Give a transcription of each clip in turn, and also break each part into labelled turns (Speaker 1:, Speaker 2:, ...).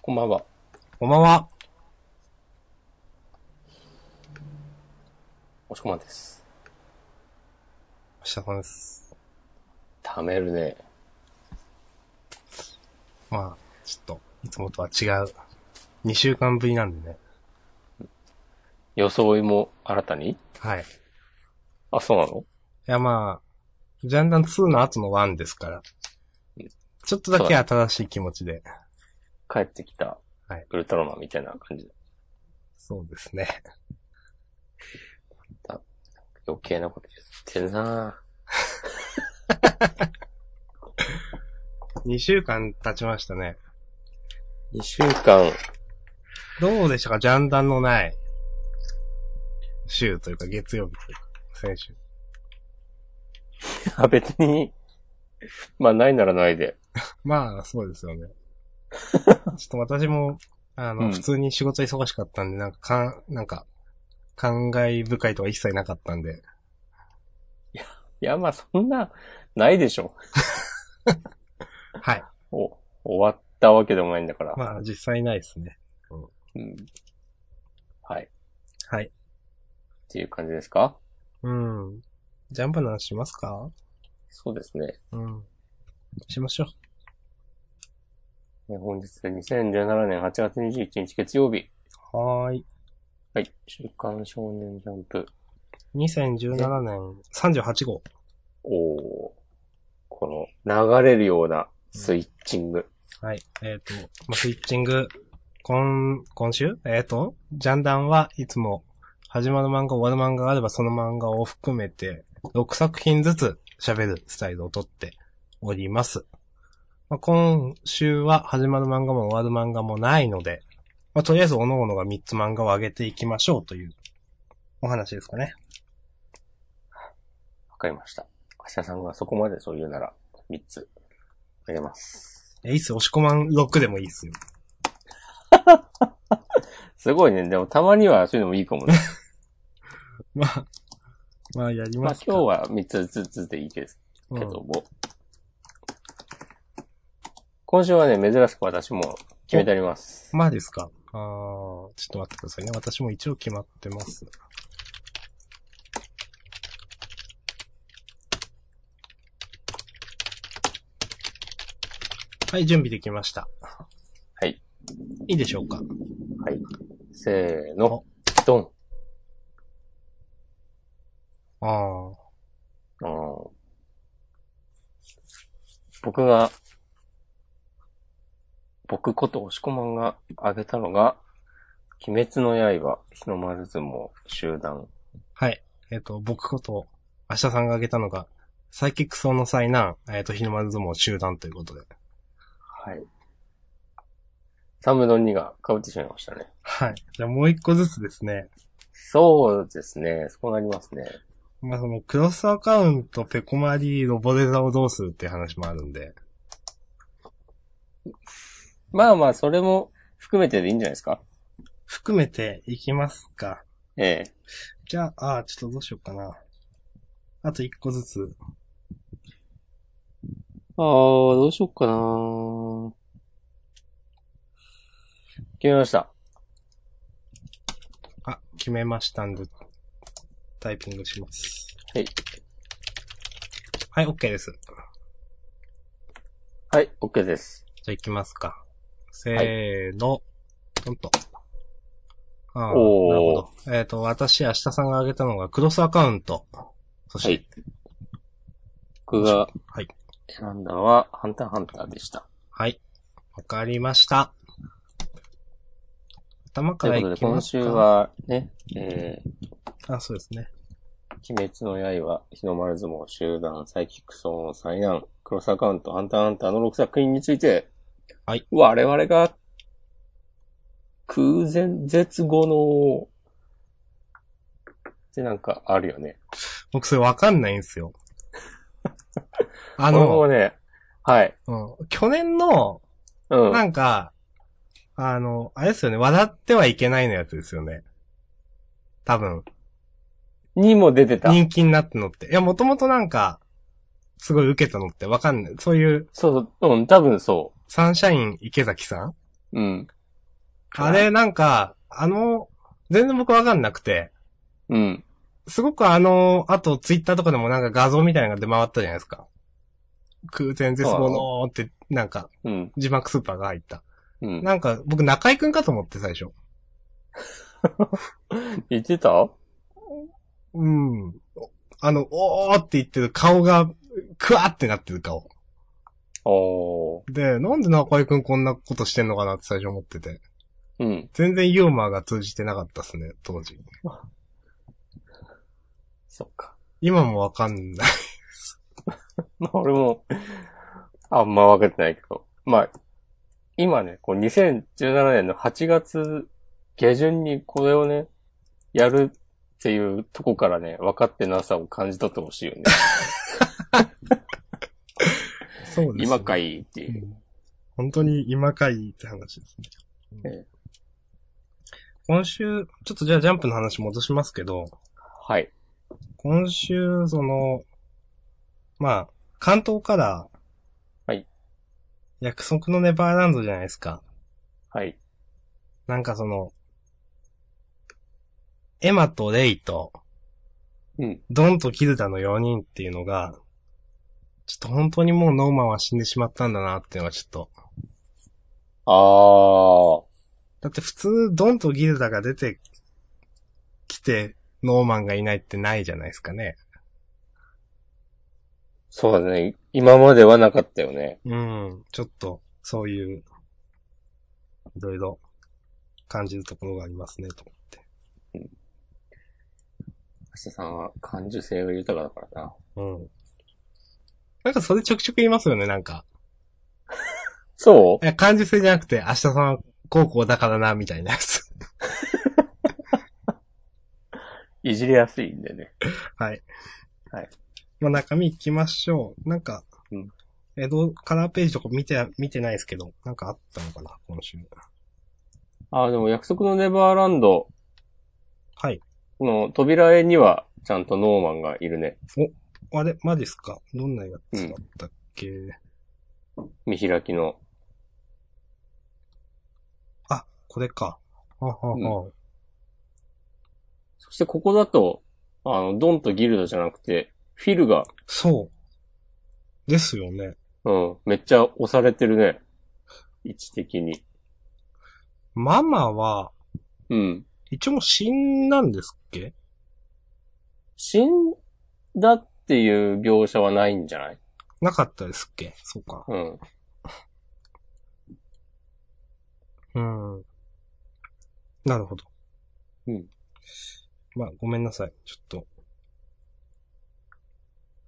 Speaker 1: こんばんは。
Speaker 2: こんばんは。
Speaker 1: おしこまんです。
Speaker 2: 下さんです。
Speaker 1: 貯めるね。
Speaker 2: まあ、ちょっと、いつもとは違う。2週間ぶりなんでね。
Speaker 1: 装いも新たに
Speaker 2: はい。い
Speaker 1: あ、そうなの
Speaker 2: やまあ、ジャンダン2の後の1ですから。ちょっとだけ新しい気持ちで。
Speaker 1: 帰ってきた
Speaker 2: はい、
Speaker 1: ウルトラマンみたいな感じだ。
Speaker 2: そうですね。
Speaker 1: 余計なこと言ってるな
Speaker 2: 2週間経ちましたね。
Speaker 1: ぁ。2週間、
Speaker 2: どうでしたかジャンダンのない週というか月曜日というか、先週。
Speaker 1: あ別に、まあないならないで。
Speaker 2: まあ、そうですよ ね。ちょっと私も、あの、
Speaker 1: うん
Speaker 2: 普通に仕事忙しかったんで、なんかかん、なんか、感慨深いとか一切なかったんで、
Speaker 1: いや、まあそんな、ないでしょ。
Speaker 2: はい。
Speaker 1: お、終わったわけでもないんだから。
Speaker 2: まあ、実際ないですね。
Speaker 1: うん、はい。
Speaker 2: はい。
Speaker 1: っていう感じですか
Speaker 2: うん。ジャンプの話しますか
Speaker 1: そうですね。
Speaker 2: うん。しましょう。
Speaker 1: ね本日で2017年8月21日月曜日。
Speaker 2: はーい。
Speaker 1: はい。週刊少年ジャンプ。
Speaker 2: 2017年38号。
Speaker 1: おーこの流れるようなスイッチング。
Speaker 2: はい。えっ、と、まあ、スイッチング、今、今週えっ、と、ジャンダンはいつも、始まる漫画、終わる漫画があれば、その漫画を含めて、6作品ずつ喋るスタイルをとっております。まあ、今週は始まる漫画も終わる漫画もないので、まあ、とりあえず、各々が3つ漫画を上げていきましょうというお話ですかね。
Speaker 1: わかりました。明日さんがそこまでそう言うなら、3つ、あげます。
Speaker 2: え、いいっすよ、押し込まん6でもいいっすよ。
Speaker 1: すごいね。でもたまにはそういうのもいいか もね。
Speaker 2: まあ、まあ、やり
Speaker 1: ま
Speaker 2: ま
Speaker 1: あ
Speaker 2: すか。
Speaker 1: 今日は3つずつでいいですけ
Speaker 2: う
Speaker 1: ど
Speaker 2: ん
Speaker 1: も。今週はね、珍しく私も決めてあります。
Speaker 2: まあですか。あー、ちょっと待ってくださいね。私も一応決まってます。はい、準備できました。
Speaker 1: はい。
Speaker 2: いいでしょうか。
Speaker 1: せーの、ドン。
Speaker 2: あー、
Speaker 1: あの僕が、僕こと押し込まんが挙げたのが、鬼滅の刃、日の丸相撲、集団。
Speaker 2: はい。えっ、と、僕こと、明日さんが挙げたのが、サイキック層の災難、えっ、と、日の丸相撲集団ということで。
Speaker 1: はい。3分の2が被ってしまいましたね。
Speaker 2: はい。じゃあもう一個ずつですね。
Speaker 1: そうですね。そうなりますね。
Speaker 2: まあ、その、クロスアカウント、ペコマリー、ロボデザをどうするっていう話もあるんで。
Speaker 1: まあまあ、それも含めてでいいんじゃないですか。
Speaker 2: 含めていきますか。
Speaker 1: ええ。
Speaker 2: じゃあ、あーちょっとどうしようかな。あと一個ずつ。
Speaker 1: ああ、どうしよっかな決めました。
Speaker 2: あ、決めましたんで、タイピングします。
Speaker 1: はい。
Speaker 2: はい、OK です。じ
Speaker 1: はい、OK です。
Speaker 2: ゃあ行きますか。せーの。ほんと。ああ、な
Speaker 1: お
Speaker 2: る
Speaker 1: ー
Speaker 2: ほど。えっ、と、私、明日さんが挙げたのが、クロスアカウント。そして、
Speaker 1: はい。僕が
Speaker 2: はい。
Speaker 1: 選んだのは、ハンターハンターでした。
Speaker 2: はい。わかりました。頭
Speaker 1: と
Speaker 2: か
Speaker 1: い
Speaker 2: ら
Speaker 1: うこ
Speaker 2: い
Speaker 1: とで、
Speaker 2: きま
Speaker 1: 今
Speaker 2: す
Speaker 1: 週。
Speaker 2: か。
Speaker 1: はね、え
Speaker 2: あ、そうですね。
Speaker 1: ー、鬼滅の刃、日の丸相撲、集団、サイキックソーの災難、クロスアカウント、ハンターハンターの6作品について、
Speaker 2: はい。
Speaker 1: 我々が、空前絶後の、ってなんかあるよね。
Speaker 2: 僕それわかんないんで すよ。あ
Speaker 1: あ
Speaker 2: の、
Speaker 1: もね、はい。
Speaker 2: うん、去年の、
Speaker 1: うん。
Speaker 2: なんか、あの、あれですよね、笑ってはいけないのやつですよね。多分、
Speaker 1: にも出てた。
Speaker 2: 人気になったのって。いや、もともとなんか、すごい受けたのってわかんない。そういう、
Speaker 1: そうそう、うん、多分そ
Speaker 2: サンシャイン池崎さん
Speaker 1: うん。
Speaker 2: あれ、なんか、あの、全然僕わかんなくて、
Speaker 1: うん。
Speaker 2: すごくあの、あとツイッターとかでもなんか画像みたいなのが出回ったじゃないですか。空前絶望のーって、なんか、
Speaker 1: うん。
Speaker 2: 字幕スーパーが入った。
Speaker 1: うん。
Speaker 2: なんか、僕中井くんかと思って最初。
Speaker 1: 言ってた
Speaker 2: うん。あの、おーって言ってる顔が、クワーってなってる顔。
Speaker 1: おー。
Speaker 2: で、なんで中井くんこんなことしてんのかなって最初思ってて。
Speaker 1: うん。
Speaker 2: 全然ユーモアが通じてなかったっすね、当時。
Speaker 1: そっか。
Speaker 2: 今もわかんない。
Speaker 1: まあ俺も、あんま分かってないけど。まあ、今ね、こう2017年の8月下旬にこれをね、やるっていうとこからね、分かってなさを感じ取ってほしい よね。
Speaker 2: そうです、
Speaker 1: 今か。いっていうう。
Speaker 2: ん本当に今かいって話ですね。
Speaker 1: え
Speaker 2: 今週、ちょっとじゃあジャンプの話戻しますけど、
Speaker 1: はい。
Speaker 2: 今週、その、まあ、関東から、
Speaker 1: はい。
Speaker 2: 約束のネバーランドじゃないですか。
Speaker 1: はい。
Speaker 2: なんかその、エマとレイと、
Speaker 1: うん。
Speaker 2: ドンとキルダの4人っていうのが、ちょっと本当にもうノーマンは死んでしまったんだなっていうのはちょっと。
Speaker 1: あー。
Speaker 2: だって普通、ドンとギルダが出てきて、ノーマンがいないってないじゃないですかね。
Speaker 1: そうだね。今まではなかったよね。
Speaker 2: うん。ちょっと、そういう、いろいろ感じるところがありますね、と思って。
Speaker 1: 明日さんは感受性が豊かだからな。
Speaker 2: うん。なんかそれちょくちょく言いますよね、なんか。
Speaker 1: そ
Speaker 2: いや、感受性じゃなくて、明日さんは高校だからな、みたいなやつ。
Speaker 1: ういじりやすいんでね。
Speaker 2: はい。
Speaker 1: はい。
Speaker 2: まあ、中身行きましょう。なんか、
Speaker 1: うん
Speaker 2: 江戸カラーページとか見て、見てないですけど、なんかあったのかな、今週。
Speaker 1: あー、でも約束のネバーランド、
Speaker 2: はい。
Speaker 1: この扉絵にはちゃんとノーマンがいるね。
Speaker 2: あれ、まですかどんなやつだったっけ、
Speaker 1: 見開きの。
Speaker 2: あ、これか。ははは、
Speaker 1: そしてここだと、あの、ドンとギルドじゃなくて、フィルが、
Speaker 2: そう。ですよね。
Speaker 1: うん、めっちゃ押されてるね。位置的に。
Speaker 2: ママは、
Speaker 1: うん。
Speaker 2: 一応もう死んだんですっけ
Speaker 1: 死んだっていう描写はないんじゃない
Speaker 2: なかったですっけそうか。
Speaker 1: うん。
Speaker 2: うん。なるほど。
Speaker 1: うん。
Speaker 2: まあ、ごめんなさい。ちょっと。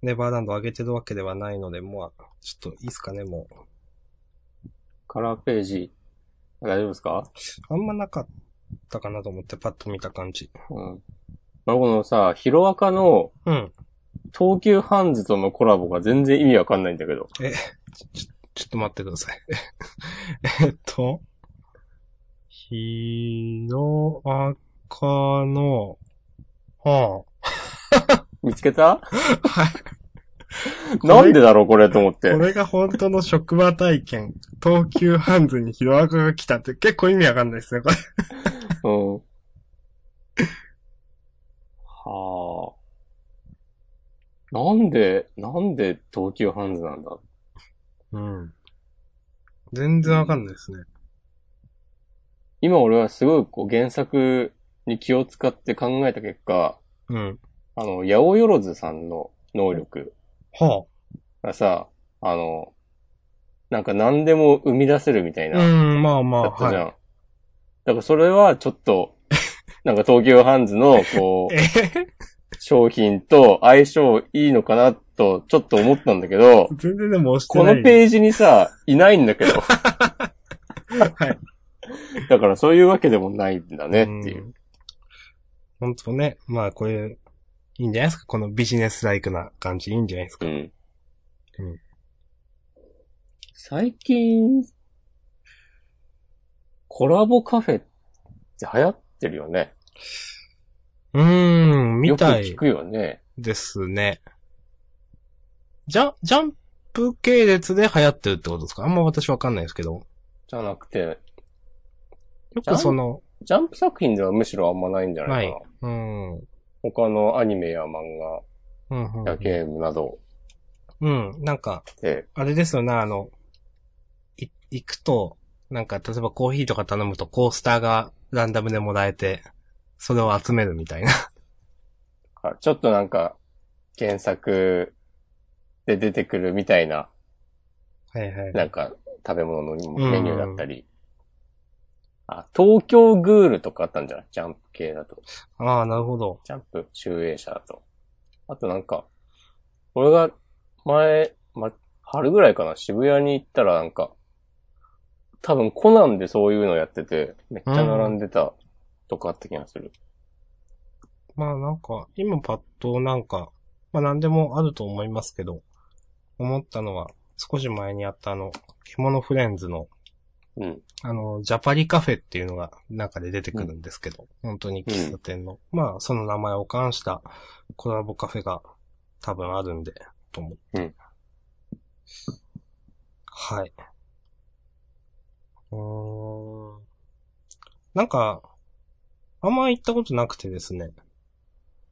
Speaker 2: ネバーランド上げてるわけではないので、もう、ちょっといいっすかね、もう。
Speaker 1: カラーページ、大丈夫ですか
Speaker 2: あんまなかったかなと思って、パッと見た感じ。
Speaker 1: うん。まあ、このさ、ヒロアカの
Speaker 2: うん。
Speaker 1: 東急ハンズとのコラボが全然意味わかんないんだけど。
Speaker 2: ちょっと待ってください。 えっと、ひろあかの、は
Speaker 1: 見つけた
Speaker 2: あ、 はい。
Speaker 1: なんでだろうこれと思って
Speaker 2: こ。れが本当の職場体験。東急ハンズにヒロアカが来たって結構意味わかんないですね、これ。
Speaker 1: うん。はあ。なんで、なんで東急ハンズなんだ
Speaker 2: うん。全然わかんないですね。
Speaker 1: 今俺はすごいこう原作に気を使って考えた結果、
Speaker 2: うん。
Speaker 1: あの、八百万さんの能力
Speaker 2: は
Speaker 1: がさ、あの、なんか何でも生み出せるみたい
Speaker 2: あ。う
Speaker 1: な、
Speaker 2: ん、まあま
Speaker 1: だ
Speaker 2: あ、
Speaker 1: ったじゃん。
Speaker 2: はい。
Speaker 1: だからそれはちょっ と、なんか東急ハンズの、こう
Speaker 2: え、へへ
Speaker 1: 商品と相性いいのかなと、ちょっと思ったんだけど、
Speaker 2: 全然でも押して
Speaker 1: こ
Speaker 2: ない。
Speaker 1: のページにさ、いないんだ けど。
Speaker 2: はい。
Speaker 1: だからそういうわけでもないんだねっていう。
Speaker 2: ん。本当ね。まあ、これ、いいんじゃないですかこのビジネスライクな感じ、いいんじゃないです
Speaker 1: う
Speaker 2: か、
Speaker 1: ん。
Speaker 2: うん
Speaker 1: 最近、コラボカフェって流行ってるよね。
Speaker 2: うー
Speaker 1: よ
Speaker 2: ん、み
Speaker 1: く
Speaker 2: た
Speaker 1: 聞
Speaker 2: い
Speaker 1: くよね。
Speaker 2: ですね。じゃ、ジャンプ系列で流行ってるってことですかあんま私わかんないですけど。
Speaker 1: じゃなくて、
Speaker 2: よくその、
Speaker 1: ジャンプ作品ではむしろあんまないんじゃないかな。
Speaker 2: ないうん。うん
Speaker 1: 他のアニメや漫
Speaker 2: うんうん
Speaker 1: 画やゲームなど
Speaker 2: うん。なんか、
Speaker 1: で、
Speaker 2: あれですよね、あの、い、行くと、なんか、例えばコーヒーとか頼むとコースターがランダムでもらえて、それを集めるみたいな。
Speaker 1: あちょっとなんか、原作で出てくるみたいな、
Speaker 2: はいはい。
Speaker 1: なんか、食べ物の
Speaker 2: うん
Speaker 1: メニューだったり。あ、東京グールとかあったんじゃないジャンプ系だと。
Speaker 2: ああ、なるほど。
Speaker 1: ジャンプ、集英社だと。あとなんか、俺が前、ま、春ぐらいかな、渋谷に行ったらなんか、多分コナンでそういうのやってて、めっちゃ並んでたとかあった気がする。
Speaker 2: まあなんか、今パッとなんか、まあ何でもあると思いますけど、思ったのは、少し前にあったあの、獣フレンズの、
Speaker 1: うん。
Speaker 2: あの、ジャパリカフェっていうのが中で出てくるんですけど、本当に喫茶店の、まあその名前を冠したコラボカフェが多分あるんで、と思って。
Speaker 1: うん
Speaker 2: はい。うーん。なんか、あんま行ったことなくてですね。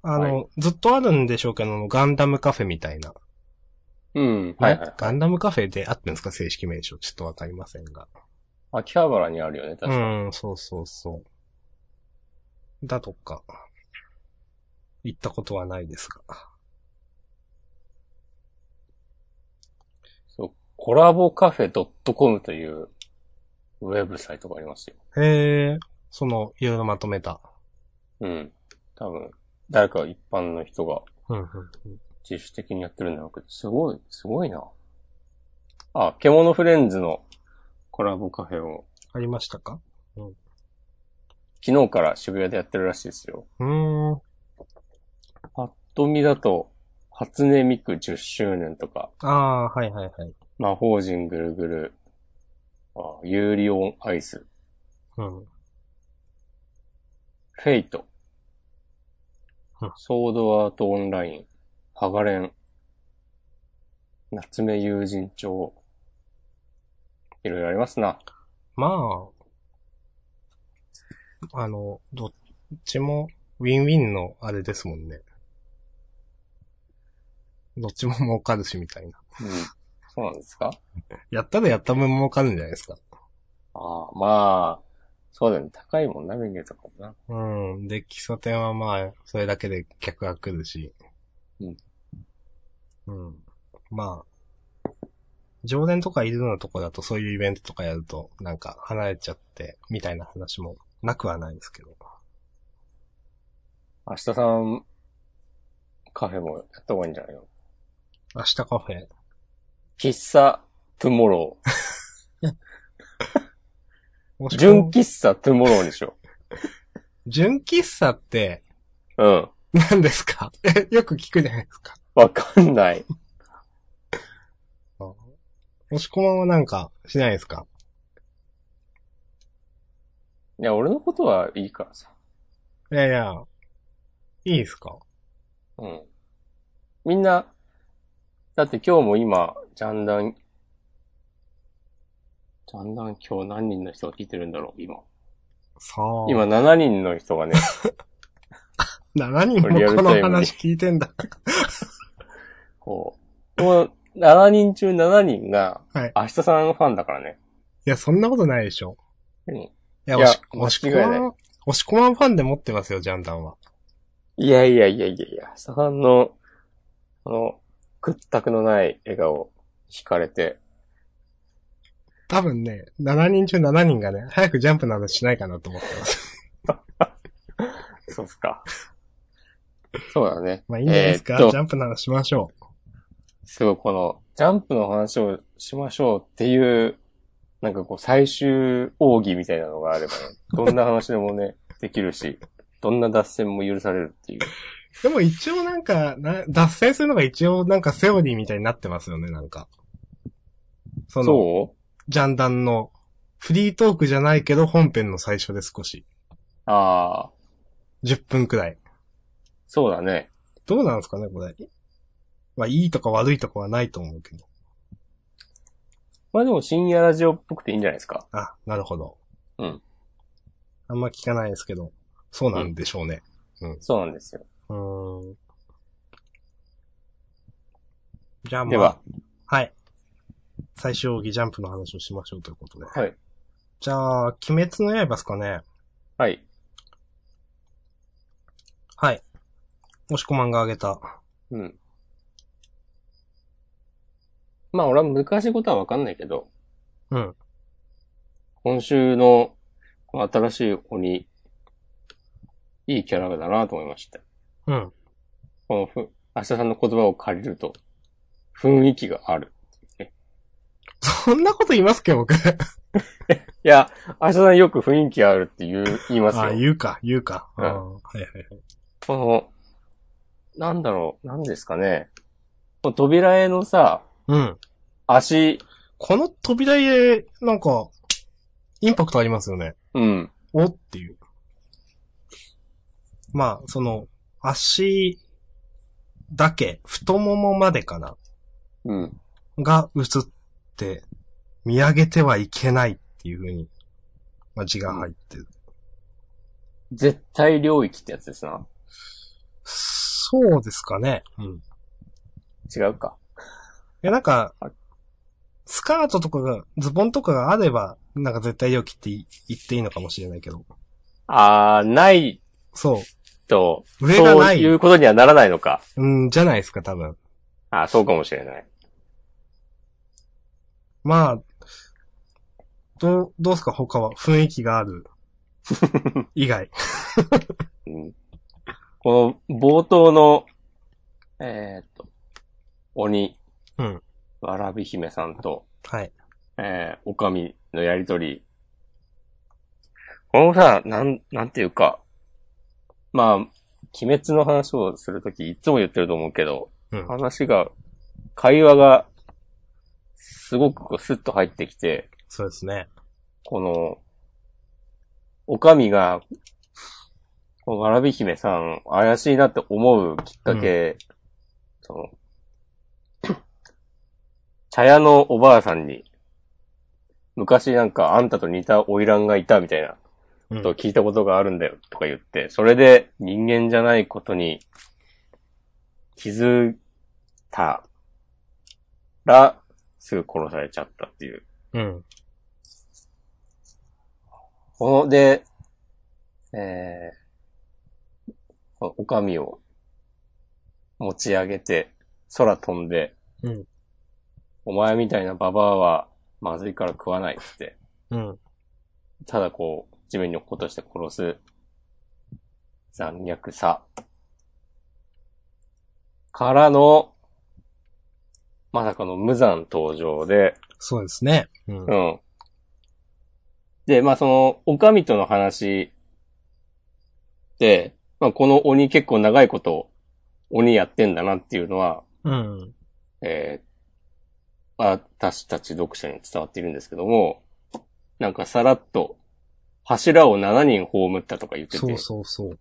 Speaker 2: あの、ずっとあるんでしょうけど、ガンダムカフェみたいな。
Speaker 1: うん。はいはい。
Speaker 2: ガンダムカフェであってんですか正式名称。ちょっとわかりませんが。
Speaker 1: 秋葉原にあるよね、確かに。
Speaker 2: うん、そうそうそう。だとか、行ったことはないですが。
Speaker 1: そう、コラボカフェ .com というウェブサイトがありますよ。
Speaker 2: へえ、その、いろいろまとめた。
Speaker 1: うん。多分、誰か一般の人が
Speaker 2: うん、うん。
Speaker 1: 自主的にやってるんだろうけど、すごい、すごいな。あ、獣フレンズのコラボカフェを
Speaker 2: ありましたか
Speaker 1: 昨日から渋谷でやってるらしいですよ。
Speaker 2: うーん。
Speaker 1: パッと見だと、初音ミク10周年とか、
Speaker 2: ああ、はいはいはい。
Speaker 1: 魔法陣ぐるぐる、あユーリオンアイス、
Speaker 2: うん。
Speaker 1: フェイト
Speaker 2: うん、
Speaker 1: ソードアートオンライン、ハガレン、夏目友人帳、いろいろありますな。
Speaker 2: まあ、あの、どっちも、ウィンウィンのあれですもんね。どっちも儲かるしみたいな。
Speaker 1: うん。そうなんですか
Speaker 2: やったらやった分儲かるんじゃないですか。
Speaker 1: ああ、まあ、そうだよね。高いもんな、メニューとかもな。
Speaker 2: うん。で、喫茶店はまあ、それだけで客が来るし。
Speaker 1: うん。
Speaker 2: うん。まあ、常連とかいるようなとこだとそういうイベントとかやると、なんか離れちゃって、みたいな話もなくはないですけど。
Speaker 1: 明日さん、カフェもやった方がいいんじゃないの
Speaker 2: 明日カフェ。
Speaker 1: 喫茶、トゥモロー。
Speaker 2: もしくは
Speaker 1: 純喫茶、トゥモローにしよ
Speaker 2: 純喫茶って
Speaker 1: う。うん。
Speaker 2: 何ですか えよく聞くじゃないですか。
Speaker 1: わかんない。
Speaker 2: 押し込まんはなんかしないですか
Speaker 1: いや、俺のことはいいからさ。
Speaker 2: いやいや、いいですか
Speaker 1: うん。みんな、だって今日も今、ジャンダン、ジャンダン今日何人の人が聞いてるんだろう、今。
Speaker 2: さあ。
Speaker 1: 今7人の人が ね、
Speaker 2: 7人もこの話聞いてんだ。
Speaker 1: こう、この7人中7人が、
Speaker 2: はい
Speaker 1: 明日さんのファンだからね。
Speaker 2: いや、そんなことないでしょ。
Speaker 1: うん
Speaker 2: いや、
Speaker 1: いや
Speaker 2: 押し、押し込
Speaker 1: 間違いな
Speaker 2: まん、押し込まんファンで持ってますよ、ジャンダンは。
Speaker 1: いやいやいやいやいや、明日さんの、あの、屈託のない笑顔、惹かれて、
Speaker 2: 多分ね、7人中7人がね、早くジャンプなどしないかなと思ってます。
Speaker 1: そうっすか。そうだね。
Speaker 2: まあいいんじゃないですか、
Speaker 1: えーっ
Speaker 2: ジ
Speaker 1: と、
Speaker 2: ャンプなどしましょ
Speaker 1: すごいこの、ジャンプの話をしましょうっていう、なんかこう、最終奥義みたいなのがあればね、どんな話でも ね、できるし、どんな脱線も許されるっていう。
Speaker 2: う。でも一応なんか、な脱線するのが一応なんかセオリーみたいになってますよね、なんか。その、
Speaker 1: そう
Speaker 2: ジャンダンの、フリートークじゃないけど本編の最初で少し。
Speaker 1: ああ、
Speaker 2: 10分くらい。
Speaker 1: そうだね。
Speaker 2: どうなんですかね、これ。まあいいとか悪いとかはないと思うけど。
Speaker 1: まあでも深夜ラジオっぽくていいんじゃないですか。
Speaker 2: あ、なるほど。
Speaker 1: うん。
Speaker 2: あんま聞かないですけど、そうなんでしょうね。
Speaker 1: そうなんですよ。
Speaker 2: うーん。じゃあ
Speaker 1: で
Speaker 2: ま
Speaker 1: は
Speaker 2: あ、、はい。最終奥義ジャンプの話をしましょうということで。
Speaker 1: はい。
Speaker 2: じゃあ、鬼滅の刃ですかね。
Speaker 1: はい。
Speaker 2: はい。もしこまんがあげた。
Speaker 1: うん。まあ俺は難しいことはわかんないけど、
Speaker 2: うん。
Speaker 1: 今週のこの新しい鬼、いいキャラだなと思いました。
Speaker 2: うん。
Speaker 1: このふ、明日さんの言葉を借りると、雰囲気がある。
Speaker 2: そんなこと言いますっけ、僕。
Speaker 1: いや、明日さんよく雰囲気あるって言う、言いますよ。
Speaker 2: あ、言うか、言うか。
Speaker 1: うん
Speaker 2: あーはいはいはい。
Speaker 1: この、なんだろう、なんですかね。この扉絵のさ、
Speaker 2: うん。
Speaker 1: 足、
Speaker 2: この扉へ、なんか、インパクトありますよね。
Speaker 1: うん、
Speaker 2: おっていう。まあ、その、足だけ、太ももまでかな。
Speaker 1: うん、
Speaker 2: が映って、見上げてはいけないっていう風に、まあ、字が入ってる。
Speaker 1: 絶対領域ってやつですな。
Speaker 2: そうですかね。うん。い
Speaker 1: 違うか。
Speaker 2: や、なんか
Speaker 1: はい、
Speaker 2: スカートとかが、ズボンとかがあれば、なんか絶対良きってい言っていいのかもしれないけど。
Speaker 1: あー、ない
Speaker 2: そ
Speaker 1: と、
Speaker 2: う。上が
Speaker 1: そ
Speaker 2: な
Speaker 1: う
Speaker 2: い。
Speaker 1: いうことにはならないのか。
Speaker 2: うん、じゃないですか、多分。
Speaker 1: あー、そうかもしれない。
Speaker 2: まあ、どう、どうすか、他は。雰囲気が ある。以外。
Speaker 1: うんこの冒頭の、えーっと、鬼、
Speaker 2: うん
Speaker 1: わらび姫さんと、
Speaker 2: はい。
Speaker 1: えー、おかみのやりとり。このさ、なん、なんていうか、まあ、鬼滅の話をするとき、いつも言ってると思うけど、
Speaker 2: うん
Speaker 1: 話が、会話が、すごくこうスッと入ってきて、
Speaker 2: そうですね。
Speaker 1: この、おかみが、このわらび姫さん、怪しいなって思うきっかけ、その、茶屋のおばあさんに、昔なんかあんたと似た花魁がいたみたいな
Speaker 2: う
Speaker 1: ことを
Speaker 2: ん。
Speaker 1: 聞いたことがあるんだよとか言って、それで人間じゃないことに気づいたら、すぐ殺されちゃったっていう。
Speaker 2: うん。
Speaker 1: この、で、えー、このおかみを持ち上げて、空飛んで、
Speaker 2: うん
Speaker 1: お前みたいなババアはまずいから食わないっつって、
Speaker 2: うん。
Speaker 1: ただこう、地面に落っことして殺す、残虐さ。からの、まさかの無残登場で、
Speaker 2: そうですね。うん。
Speaker 1: うん。で、まあその、おかみとの話で、まあこの鬼結構長いこと、鬼やってんだなっていうのは、
Speaker 2: うん。
Speaker 1: えー、私たち読者に伝わっているんですけども、なんかさらっと、柱を7人葬ったとか言ってて、
Speaker 2: そうそうそう。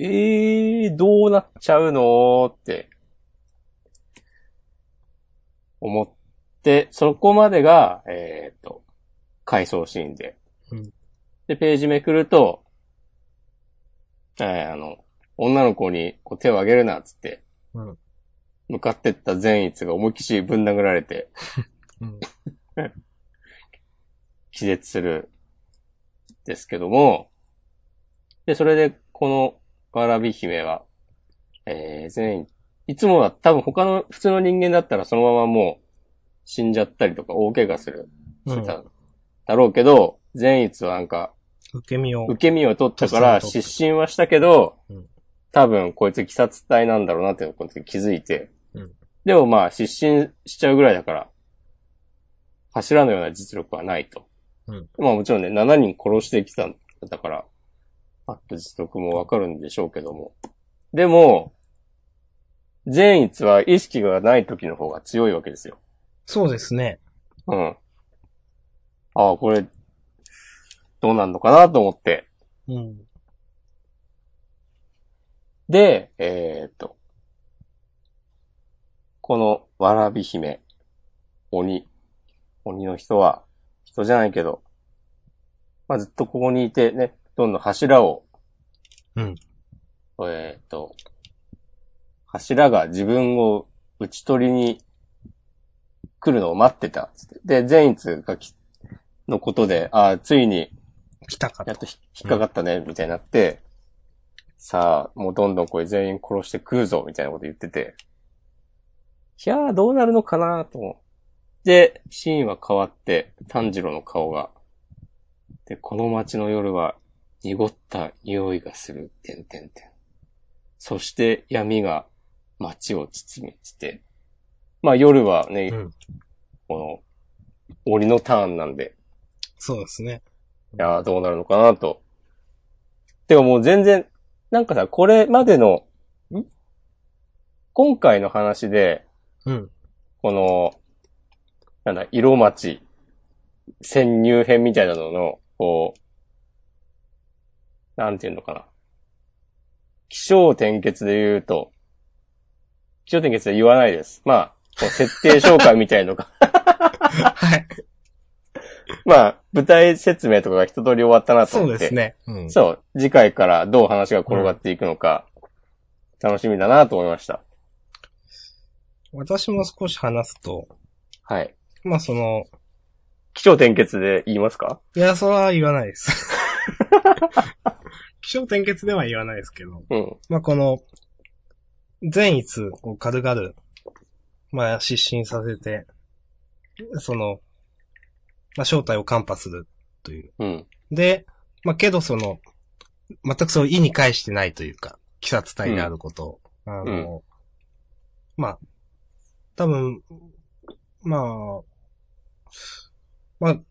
Speaker 1: えー、どうなっちゃうのーって、思って、そこまでが、えーっと、回想シーンで。
Speaker 2: うん
Speaker 1: で、ページめくると、えーあの、女の子にこう手を挙げるな、つって、
Speaker 2: うん
Speaker 1: 向かってった善逸が思いっきしぶん殴られて、
Speaker 2: うん。
Speaker 1: 気絶する、ですけども、で、それで、この、わらび姫は、えー、全員、いつもは多分他の、普通の人間だったらそのままもう、死んじゃったりとか、大怪我する、
Speaker 2: う
Speaker 1: してた、
Speaker 2: ん。
Speaker 1: だろうけど、善逸はなんか、
Speaker 2: 受け身を。
Speaker 1: 受け身を取ったから、
Speaker 2: 突然取った
Speaker 1: 失神はしたけど、
Speaker 2: うん
Speaker 1: 多分、こいつ鬼殺隊なんだろうなっていうのをこの時気づいて、
Speaker 2: うん
Speaker 1: でもまあ、失神しちゃうぐらいだから、柱のような実力はないと。
Speaker 2: うん
Speaker 1: まあもちろんね、7人殺してきたんだから、あった実力もわかるんでしょうけども。でも、善逸は意識がない時の方が強いわけですよ。
Speaker 2: そうですね。
Speaker 1: うん。ああ、これ、どうなんのかなと思って、
Speaker 2: うん。
Speaker 1: で、えーっと、このわらび姫、鬼、鬼の人は、人じゃないけど、まあ、ずっとここにいてね、トンの柱を、
Speaker 2: うん。
Speaker 1: えっ、と、柱が自分を打ち取りに来るのを待ってたっつって。で、善逸がき、のことで、ああ、ついに
Speaker 2: 来たか
Speaker 1: やっ
Speaker 2: と。
Speaker 1: とひ引っかかったね、みたいになって、さあ、もうどんどんこれ全員殺して食うぞ、みたいなこと言ってて。いやー、どうなるのかなと思って、シーンは変わって、炭治郎の顔が。で、この街の夜は濁った匂いがする、てんてんてん。そして闇が街を包み、つって。まあ夜はね、
Speaker 2: うん
Speaker 1: この、檻のターンなんで、
Speaker 2: そうですね。
Speaker 1: いやー、どうなるのかなと。てかもう全然、なんかさ、これまでの、ん今回の話で、
Speaker 2: うん。
Speaker 1: この、なんだ、色町潜入編みたいなのの、こう、なんていうのかな。気象転結で言うと、気象転結で言わないです。まあ、こう設定紹介みたいのが
Speaker 2: はい。
Speaker 1: まあ、舞台説明とかが一通り終わったなと
Speaker 2: そ
Speaker 1: 思っ
Speaker 2: う
Speaker 1: て。
Speaker 2: ですね。うん。
Speaker 1: そう。次回からどう話が転がっていくのか、楽しみだなと思いました。
Speaker 2: 私も少し話すと、
Speaker 1: はい。
Speaker 2: まあその、
Speaker 1: 気象転結で言いますか
Speaker 2: いや、それは言わな いです。気象転結では言わないですけど、
Speaker 1: うん。
Speaker 2: まあこの、善逸を軽々、まあ失神させて、その、まあ正体をカンパするという。
Speaker 1: うん。
Speaker 2: で、まあけどその、全くその意に返してないというか、鬼殺隊であることを、あの、まあ、多分、まあ、まあ、ん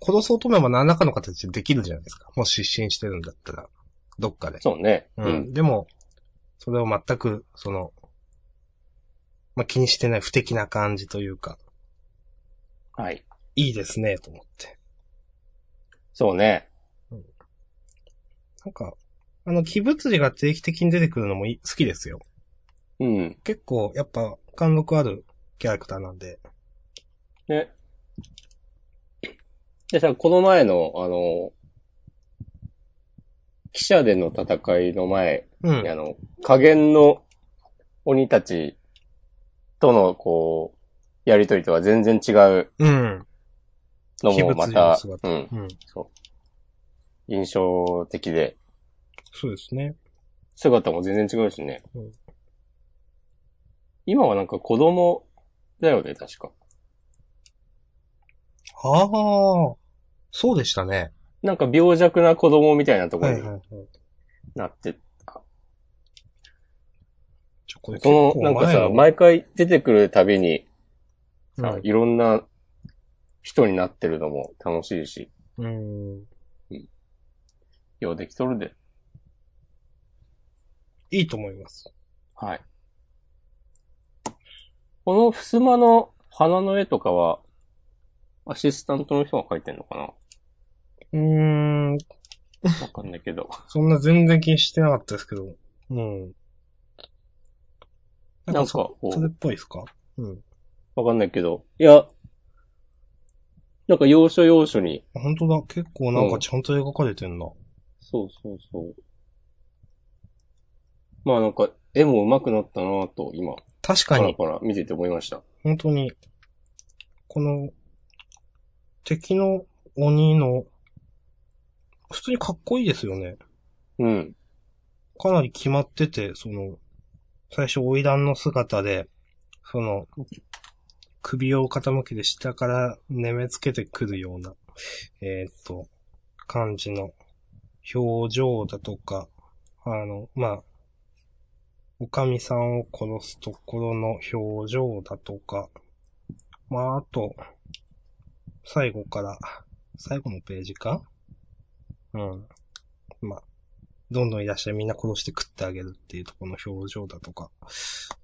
Speaker 2: 殺そうと思えば何らかの形でできるじゃないですか。もう失神してるんだったら、どっかで。
Speaker 1: そうね。
Speaker 2: う。ん。でも、それを全く、その、まあ気にしてない不敵な感じというか、
Speaker 1: はい。
Speaker 2: いいですね、と思って。
Speaker 1: そうね。
Speaker 2: なんか、あの、鬼物理が定期的に出てくるのもい好きですよ。
Speaker 1: うん。
Speaker 2: 結構、やっぱ、貫禄あるキャラクターなんで。
Speaker 1: ね。でさ、この前の、あの、記者での戦いの前、
Speaker 2: うん
Speaker 1: あ。の、加減の鬼たちとの、こう、やりとりとは全然違う
Speaker 2: うん。
Speaker 1: のもまた
Speaker 2: 鬼物理の、
Speaker 1: う
Speaker 2: 姿
Speaker 1: ん、
Speaker 2: うん。
Speaker 1: 印象的で、
Speaker 2: そうですね。
Speaker 1: 姿も全然違うしね。
Speaker 2: うん
Speaker 1: 今はなんか子供だよね、確か。
Speaker 2: ああ、そうでしたね。
Speaker 1: なんか病弱な子供みたいなとこ
Speaker 2: は
Speaker 1: ろ
Speaker 2: い
Speaker 1: に
Speaker 2: はいはい。
Speaker 1: なって。
Speaker 2: ちょこれ
Speaker 1: そ
Speaker 2: 結
Speaker 1: の、
Speaker 2: 構
Speaker 1: なんかさ、
Speaker 2: の
Speaker 1: 毎回出てくるたびに、さ
Speaker 2: うん
Speaker 1: いろんな人になってるのも楽しいし、
Speaker 2: うん。
Speaker 1: ようできとるで。
Speaker 2: いいと思います。
Speaker 1: はい。この襖の花の絵とかは、アシスタントの人が描いてんのか
Speaker 2: うーん。
Speaker 1: なわかんないけど。
Speaker 2: そんな全然気にしてなかったですけど。うん。
Speaker 1: なんか
Speaker 2: そ
Speaker 1: こう
Speaker 2: それっぽいですかうん。
Speaker 1: わかんないけど。いや、なんか要所要所に、
Speaker 2: 本当だ。結構なんかちゃんと描かれてんな。
Speaker 1: そうそうそう。まあなんか、絵も上手くなったなぁと、今、
Speaker 2: 確か
Speaker 1: パ
Speaker 2: に
Speaker 1: ラ。パラ見てて思いました。
Speaker 2: 本当に、この、敵の鬼の、普通にかっこいいですよね。
Speaker 1: うん。
Speaker 2: かなり決まってて、その、最初、花魁の姿で、その、首を傾けて下から眠めつけてくるような、えーっと、感じの表情だとか、あの、まあ、おかみさんを殺すところの表情だとか、まあ、あと、最後から、最後のページかうん。まあ、どんどんいらっしゃいみんな殺して食ってあげるっていうところの表情だとか。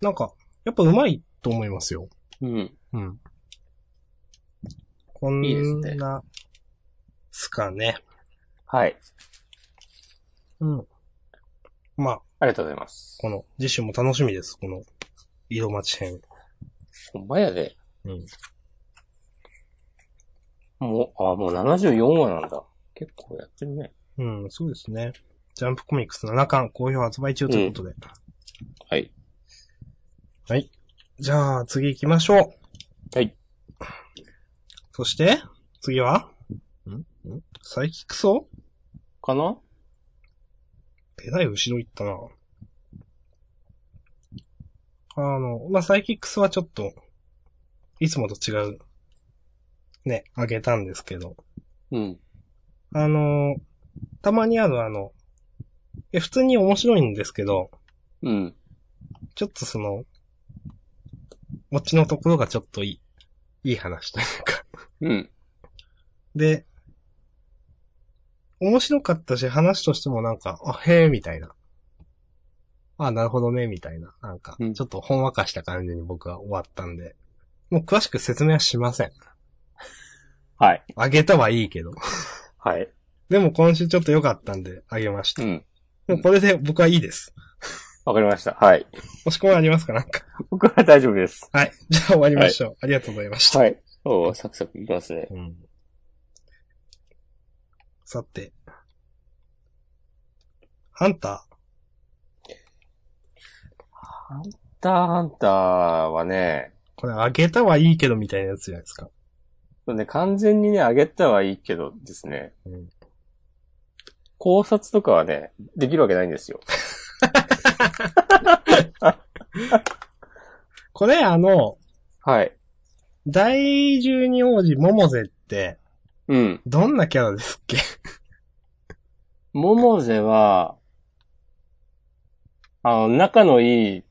Speaker 2: なんか、やっぱうまいと思いますよ。
Speaker 1: うん。
Speaker 2: うん。こん
Speaker 1: いいですね
Speaker 2: な、すかね。
Speaker 1: はい。
Speaker 2: うん。まあ、
Speaker 1: ありがとうございます。
Speaker 2: この、次週も楽しみです。この、色町編。
Speaker 1: ほんまやで。
Speaker 2: うん。
Speaker 1: もう、あ、もう74話なんだ。結構やってるね。
Speaker 2: うん、そうですね。ジャンプコミックス7巻、好評発売中ということで。
Speaker 1: はい。
Speaker 2: はい。じゃあ、次行きましょう。
Speaker 1: はい。
Speaker 2: そして、次はんんサイキクソ
Speaker 1: かな
Speaker 2: ペダイ後ろ行ったな。あの、まあ、サイキックスはちょっと、いつもと違う、ね、あげたんですけど、
Speaker 1: うん。
Speaker 2: あの、たまにあるあの、え、普通に面白いんですけど、
Speaker 1: うん。
Speaker 2: ちょっとその、オチのところがちょっといい、いい話というか。
Speaker 1: うん。
Speaker 2: で、面白かったし、話としてもなんか、あ、へえ、みたいな。あ、なるほどね、みたいな。なんか、
Speaker 1: うん
Speaker 2: ちょっとほんわかした感じに僕は終わったんで。もう詳しく説明はしません。
Speaker 1: はい。
Speaker 2: あげたはいいけど。
Speaker 1: はい。
Speaker 2: でも今週ちょっと良かったんで、あげまし
Speaker 1: う
Speaker 2: た。
Speaker 1: ん。
Speaker 2: もうこれで僕はいいです。
Speaker 1: わかりました。はい。
Speaker 2: 押し込まれありますかなんか。
Speaker 1: 僕は大丈夫です。
Speaker 2: はい。じゃあ終わりましょう。ありがとうございました。
Speaker 1: はい。おーサクサクいきますね。
Speaker 2: うん。さて。ハンタ
Speaker 1: ハンターハンターはね、
Speaker 2: ー。これあげたはいいけどみたいなやつじゃないですか。
Speaker 1: そうね完全にね、あげたはいいけどですね。
Speaker 2: うん
Speaker 1: 考察とかはね、できるわけないんですよ。
Speaker 2: これあの、
Speaker 1: はい。
Speaker 2: 第十二王子モモゼって、
Speaker 1: うん。
Speaker 2: どんなキャラですっけ
Speaker 1: モモゼは、あの、仲のいい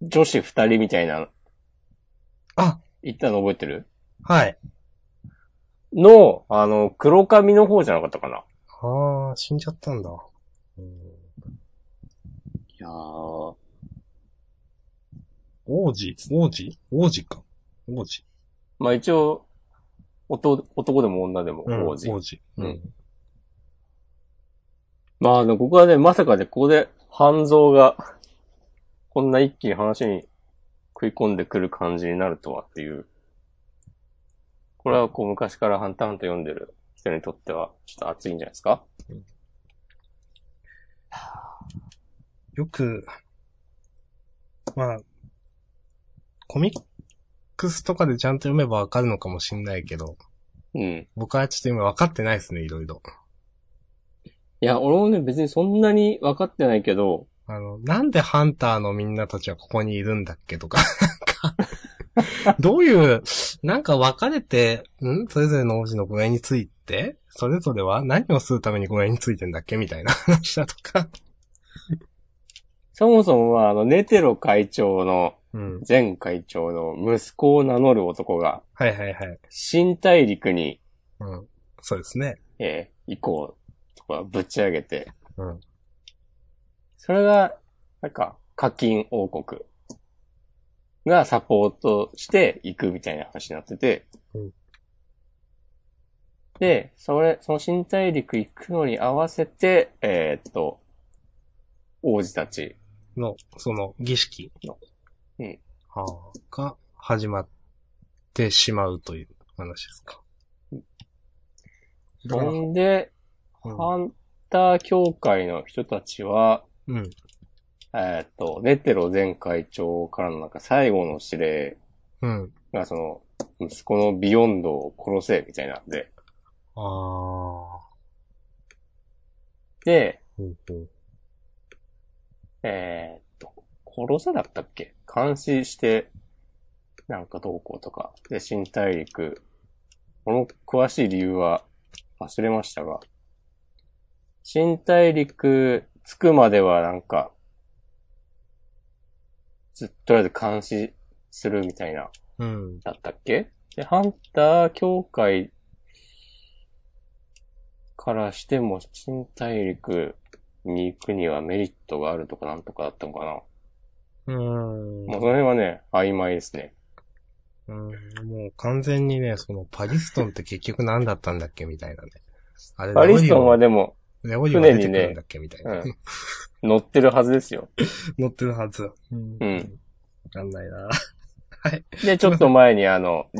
Speaker 1: 女子二人みたいな、
Speaker 2: あ、
Speaker 1: 言ったの覚えてる
Speaker 2: はい。
Speaker 1: の、あの、黒髪の方じゃなかったかな。
Speaker 2: ああ、死んじゃったんだ。うん
Speaker 1: いやー、
Speaker 2: 王子王子王子か。王子。
Speaker 1: まあ一応、男男でも女でも
Speaker 2: うん
Speaker 1: 王子。
Speaker 2: 王子。う
Speaker 1: うん
Speaker 2: ん。
Speaker 1: まあ、あの、ここはね、まさかね、ここで、半蔵が、こんな一気に話に食い込んでくる感じになるとはっていう。これはこう、昔からハンターハンター読んでる人にとっては、ちょっと熱いんじゃないですか
Speaker 2: よく、まあ、コミックスとかでちゃんと読めばわかるのかもしんないけど、
Speaker 1: うん。
Speaker 2: 僕はちょっと今わかってないですね、いろいろ。
Speaker 1: いや、俺もね、別にそんなに分かってないけど、
Speaker 2: あの、なんでハンターのみんなたちはここにいるんだっけとか、なんか、どういう、なんか分かれて、んそれぞれの王子の護衛について、それぞれは何をするために護衛についてんだっけみたいな 話だとか。
Speaker 1: そもそもは、あの、ネテロ会長の、
Speaker 2: うん。
Speaker 1: 前会長の息子を名乗る男が、
Speaker 2: はいはいはい。
Speaker 1: 新大陸に、
Speaker 2: うん。そうですね。
Speaker 1: えー、以降とかぶち上げて、
Speaker 2: うん
Speaker 1: それが、なんか、課金王国がサポートしていくみたいな話になってて、
Speaker 2: うん
Speaker 1: で、それ、その新大陸行くのに合わせて、えーっと、王子たち、
Speaker 2: の、その、儀式の。
Speaker 1: うん
Speaker 2: はあ、が、始まってしまうという話ですか。だから
Speaker 1: 飛んで、ハンター協会の人たちは、
Speaker 2: うん。うん。
Speaker 1: えーっと、ネテロ前会長からのなんか最後の指令
Speaker 2: うん。
Speaker 1: まあその、息子のビヨンドを殺せ、みたいなんで。
Speaker 2: ああ。
Speaker 1: で、
Speaker 2: うんうん
Speaker 1: えーっと、殺せだったっけ監視して、なんかどうこうとか。で、新大陸。この詳しい理由は忘れましたが、新大陸着くまではなんか、ずっととりあえず監視するみたいな
Speaker 2: うん。
Speaker 1: だったっけで、ハンター協会からしても、新大陸に行くにはメリットがあるとかなんとかだったのかな。
Speaker 2: うーん。
Speaker 1: もうその辺はね、曖昧ですね。
Speaker 2: うんもう完全にね、そのパリストンって結局何だったんだっけみたいなね。あれ
Speaker 1: パリストンは
Speaker 2: ね、
Speaker 1: でも、
Speaker 2: レオリオが出てくるんだっけみたいうな。
Speaker 1: ん。乗ってるはずですよ。
Speaker 2: 乗ってるはず。うん
Speaker 1: うん
Speaker 2: わかんないな。
Speaker 1: で、ちょっと前にあの、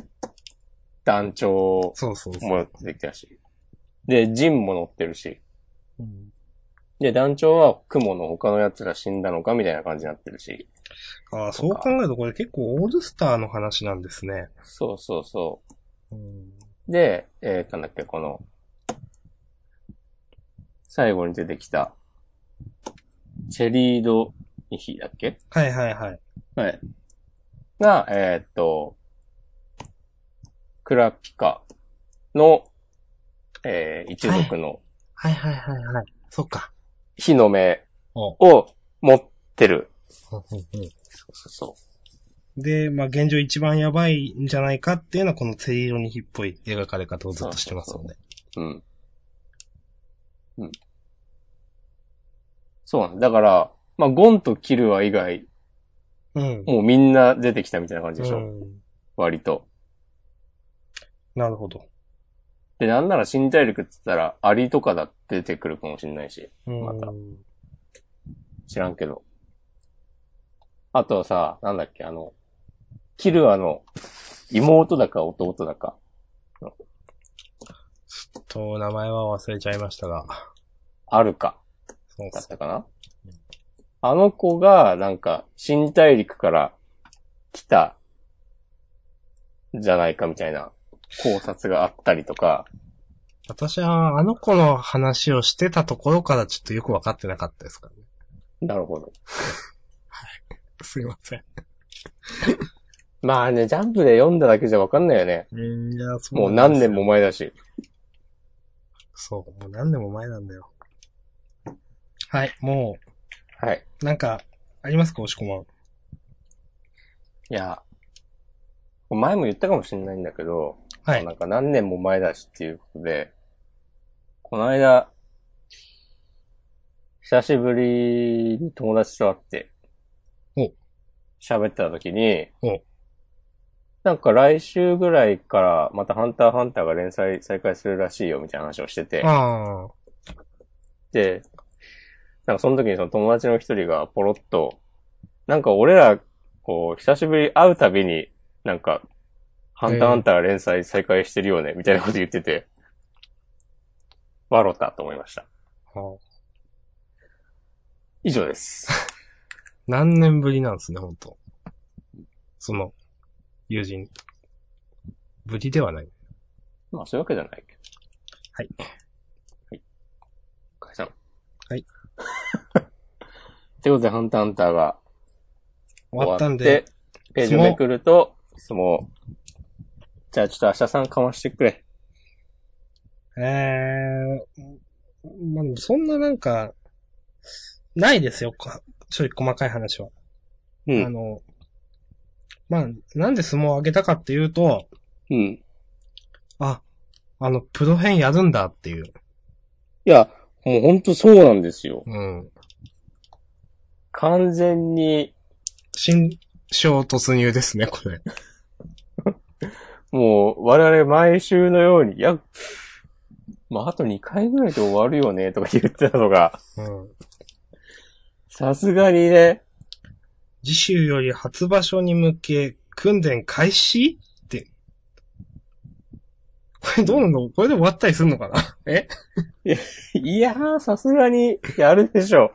Speaker 1: 団長
Speaker 2: そうそうそう。
Speaker 1: も出てきたし。で、ジンも乗ってるし。
Speaker 2: うん
Speaker 1: で、団長はクモの他の奴ら死んだのかみたいな感じになってるし。
Speaker 2: ああ、そう考えるとこれ結構オールスターの話なんですね。
Speaker 1: そうそうそ
Speaker 2: うん。
Speaker 1: う。で、えー、なんだっけ、この、最後に出てきた、チェリード・ニヒだっけ
Speaker 2: はいはいはい。
Speaker 1: はい。が、えーっと、クラピカの、えー一族の
Speaker 2: はいはいはいはい。そっか。
Speaker 1: 火の目
Speaker 2: お
Speaker 1: を持ってる。そうそうそ
Speaker 2: で、まあ、現状一番やばいんじゃないかっていうのはこのセリ色に火っぽい描かれ方をずっとしてますよね。
Speaker 1: う。うん。うん。そうなんだ。だから、まあ、ゴンとキルア以外、
Speaker 2: うん。
Speaker 1: もうみんな出てきたみたいな感じでしょ。
Speaker 2: うん
Speaker 1: 割と。
Speaker 2: なるほど。
Speaker 1: で、なんなら新大陸って言ったら、アリとかだって出てくるかもしれないし。
Speaker 2: うん
Speaker 1: また知らんけど。あとはさ、なんだっけ、あの、キルアの妹だか弟だか。
Speaker 2: と、名前は忘れちゃいましたが。
Speaker 1: あるか、
Speaker 2: そうっ
Speaker 1: だっ
Speaker 2: す
Speaker 1: たかなあの子が、なんか、新大陸から来た、じゃないかみたいな考察があったりとか、
Speaker 2: 私は、あの子の話をしてたところからちょっとよくわかってなかったですからね。
Speaker 1: なるほど。
Speaker 2: すいません。
Speaker 1: まあね、ジャンプで読んだだけじゃわかんないよね。
Speaker 2: えー、いや、そう
Speaker 1: もう
Speaker 2: なん
Speaker 1: 何
Speaker 2: ですよ
Speaker 1: 年も。前だし。
Speaker 2: そう、もう何年も前なんだよ。はい、も
Speaker 1: はい。
Speaker 2: う、なんか、ありますか、押し込まん。
Speaker 1: いや、前も言ったかもしれないんだけど、
Speaker 2: はい。
Speaker 1: なんか何年も前だしっていうことで、この間、久しぶりに友達と会って
Speaker 2: お、
Speaker 1: 喋ってた時に
Speaker 2: お、
Speaker 1: なんか来週ぐらいからまたハンターハンターが連載再開するらしいよみたいな話をしてて、
Speaker 2: ああ、
Speaker 1: で、なんかその時にその友達の一人がポロッと、なんか俺ら、こう、久しぶり会うたびに、なんか、ハンターハンター連載再開してるよね、みたいなこと言ってて、笑ったと思いました。
Speaker 2: はあ。
Speaker 1: 以上 です。
Speaker 2: 何年ぶりなんですね、本当その、友人。ぶりではない。
Speaker 1: まあそういうわけじゃないけど。
Speaker 2: はい。
Speaker 1: はい。解散。
Speaker 2: はい。
Speaker 1: ということで、ハンターハンターが
Speaker 2: 終わったんで、、
Speaker 1: ページめくると、質問。じゃあちょっと明日さんかましてくれ。
Speaker 2: ええー、まあ、でもそんななんか、ないですよ、かちょい細かい話は。
Speaker 1: う
Speaker 2: あ
Speaker 1: ん。
Speaker 2: の、まあ、なんで相撲を上げたかっていうと、
Speaker 1: うん。
Speaker 2: あ、あの、プロ編やるんだっていう。
Speaker 1: いや、もうほんとそうなんですよ。
Speaker 2: うん。
Speaker 1: 完全に、
Speaker 2: 新章突入ですね、これ。
Speaker 1: もう我々毎週のように、いや、まあ、あと2回ぐらいで終わるよね、とか言ってたのが、
Speaker 2: うん。
Speaker 1: さすがにね、
Speaker 2: 次週より初場所に向け、訓練開始って。これどうなんだろうこれで終わったりするのかなえ
Speaker 1: いやー、さすがに、やるでしょ。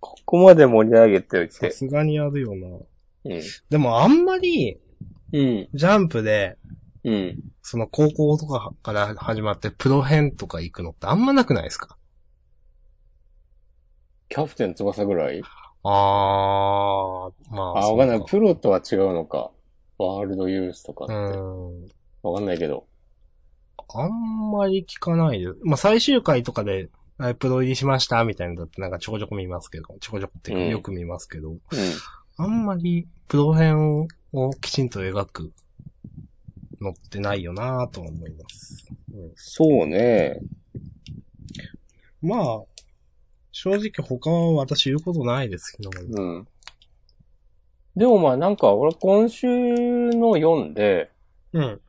Speaker 1: ここまで盛り上げておい
Speaker 2: さ
Speaker 1: て。
Speaker 2: すがにやるよな。
Speaker 1: うん。
Speaker 2: でもあんまり、
Speaker 1: うん。
Speaker 2: ジャンプで、
Speaker 1: うん。
Speaker 2: その高校とかから始まってプロ編とか行くのってあんまなくないですか
Speaker 1: キャプテン翼ぐらい
Speaker 2: あー、まあ。
Speaker 1: あ、
Speaker 2: そう
Speaker 1: わかんない。プロとは違うのか。ワールドユースとかって。
Speaker 2: うん。
Speaker 1: わかんないけど。
Speaker 2: あんまり聞かないです。まあ、最終回とかで、あプロ入りしましたみたいなのだってなんかちょこちょこ見ますけど、ちょこちょこっていう
Speaker 1: うん
Speaker 2: かよく見ますけど、
Speaker 1: うん。
Speaker 2: あんまりプロ編をきちんと描くのってないよなぁと思います。
Speaker 1: そうね。
Speaker 2: まあ、正直他は私言うことないですけど、
Speaker 1: うん。でもまあなんか俺今週の読んで、
Speaker 2: うん。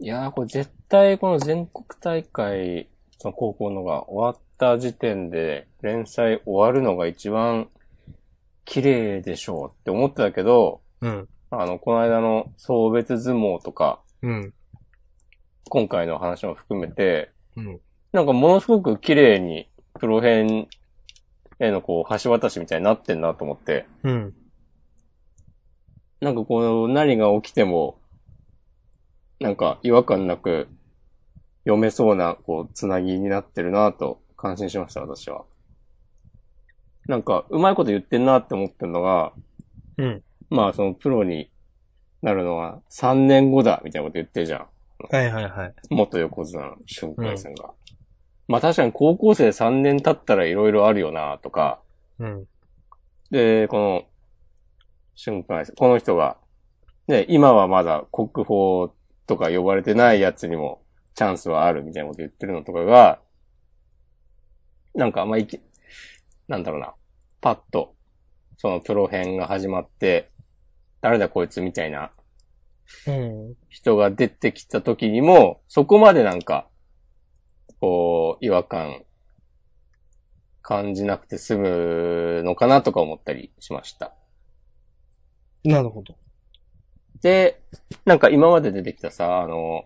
Speaker 1: いやーこれ絶対この全国大会、その高校のが終わった時点で連載終わるのが一番綺麗でしょうって思ってたけど、
Speaker 2: うん。
Speaker 1: あの、この間の送別相撲とか、
Speaker 2: うん。
Speaker 1: 今回の話も含めて、
Speaker 2: うん
Speaker 1: なんかものすごく綺麗に、プロ編へのこう、橋渡しみたいになってんなと思って、
Speaker 2: うん。
Speaker 1: なんかこう、何が起きても、なんか違和感なく読めそうな、こう、つなぎになってるなと感心しました、私は。なんか、うまいこと言ってんなって思ってるのが、
Speaker 2: うん。
Speaker 1: まあ、そのプロになるのは3年後だ、みたいなこと言ってるじゃん。
Speaker 2: はいはいはい。
Speaker 1: 元横綱俊介さんが。まあ確かに高校生3年経ったら色々あるよなとか、
Speaker 2: うん。
Speaker 1: で、この、俊介さん、この人が、ね、今はまだ国宝とか呼ばれてないやつにもチャンスはあるみたいなこと言ってるのとかが、なんかあんまいき、なんだろうな、パッと、そのプロ編が始まって、誰だこいつみたいな
Speaker 2: うん。
Speaker 1: 人が出てきた時にも、そこまでなんか、こう、違和感、感じなくて済むのかなとか思ったりしました。
Speaker 2: なるほど。
Speaker 1: で、なんか今まで出てきたさ、あの、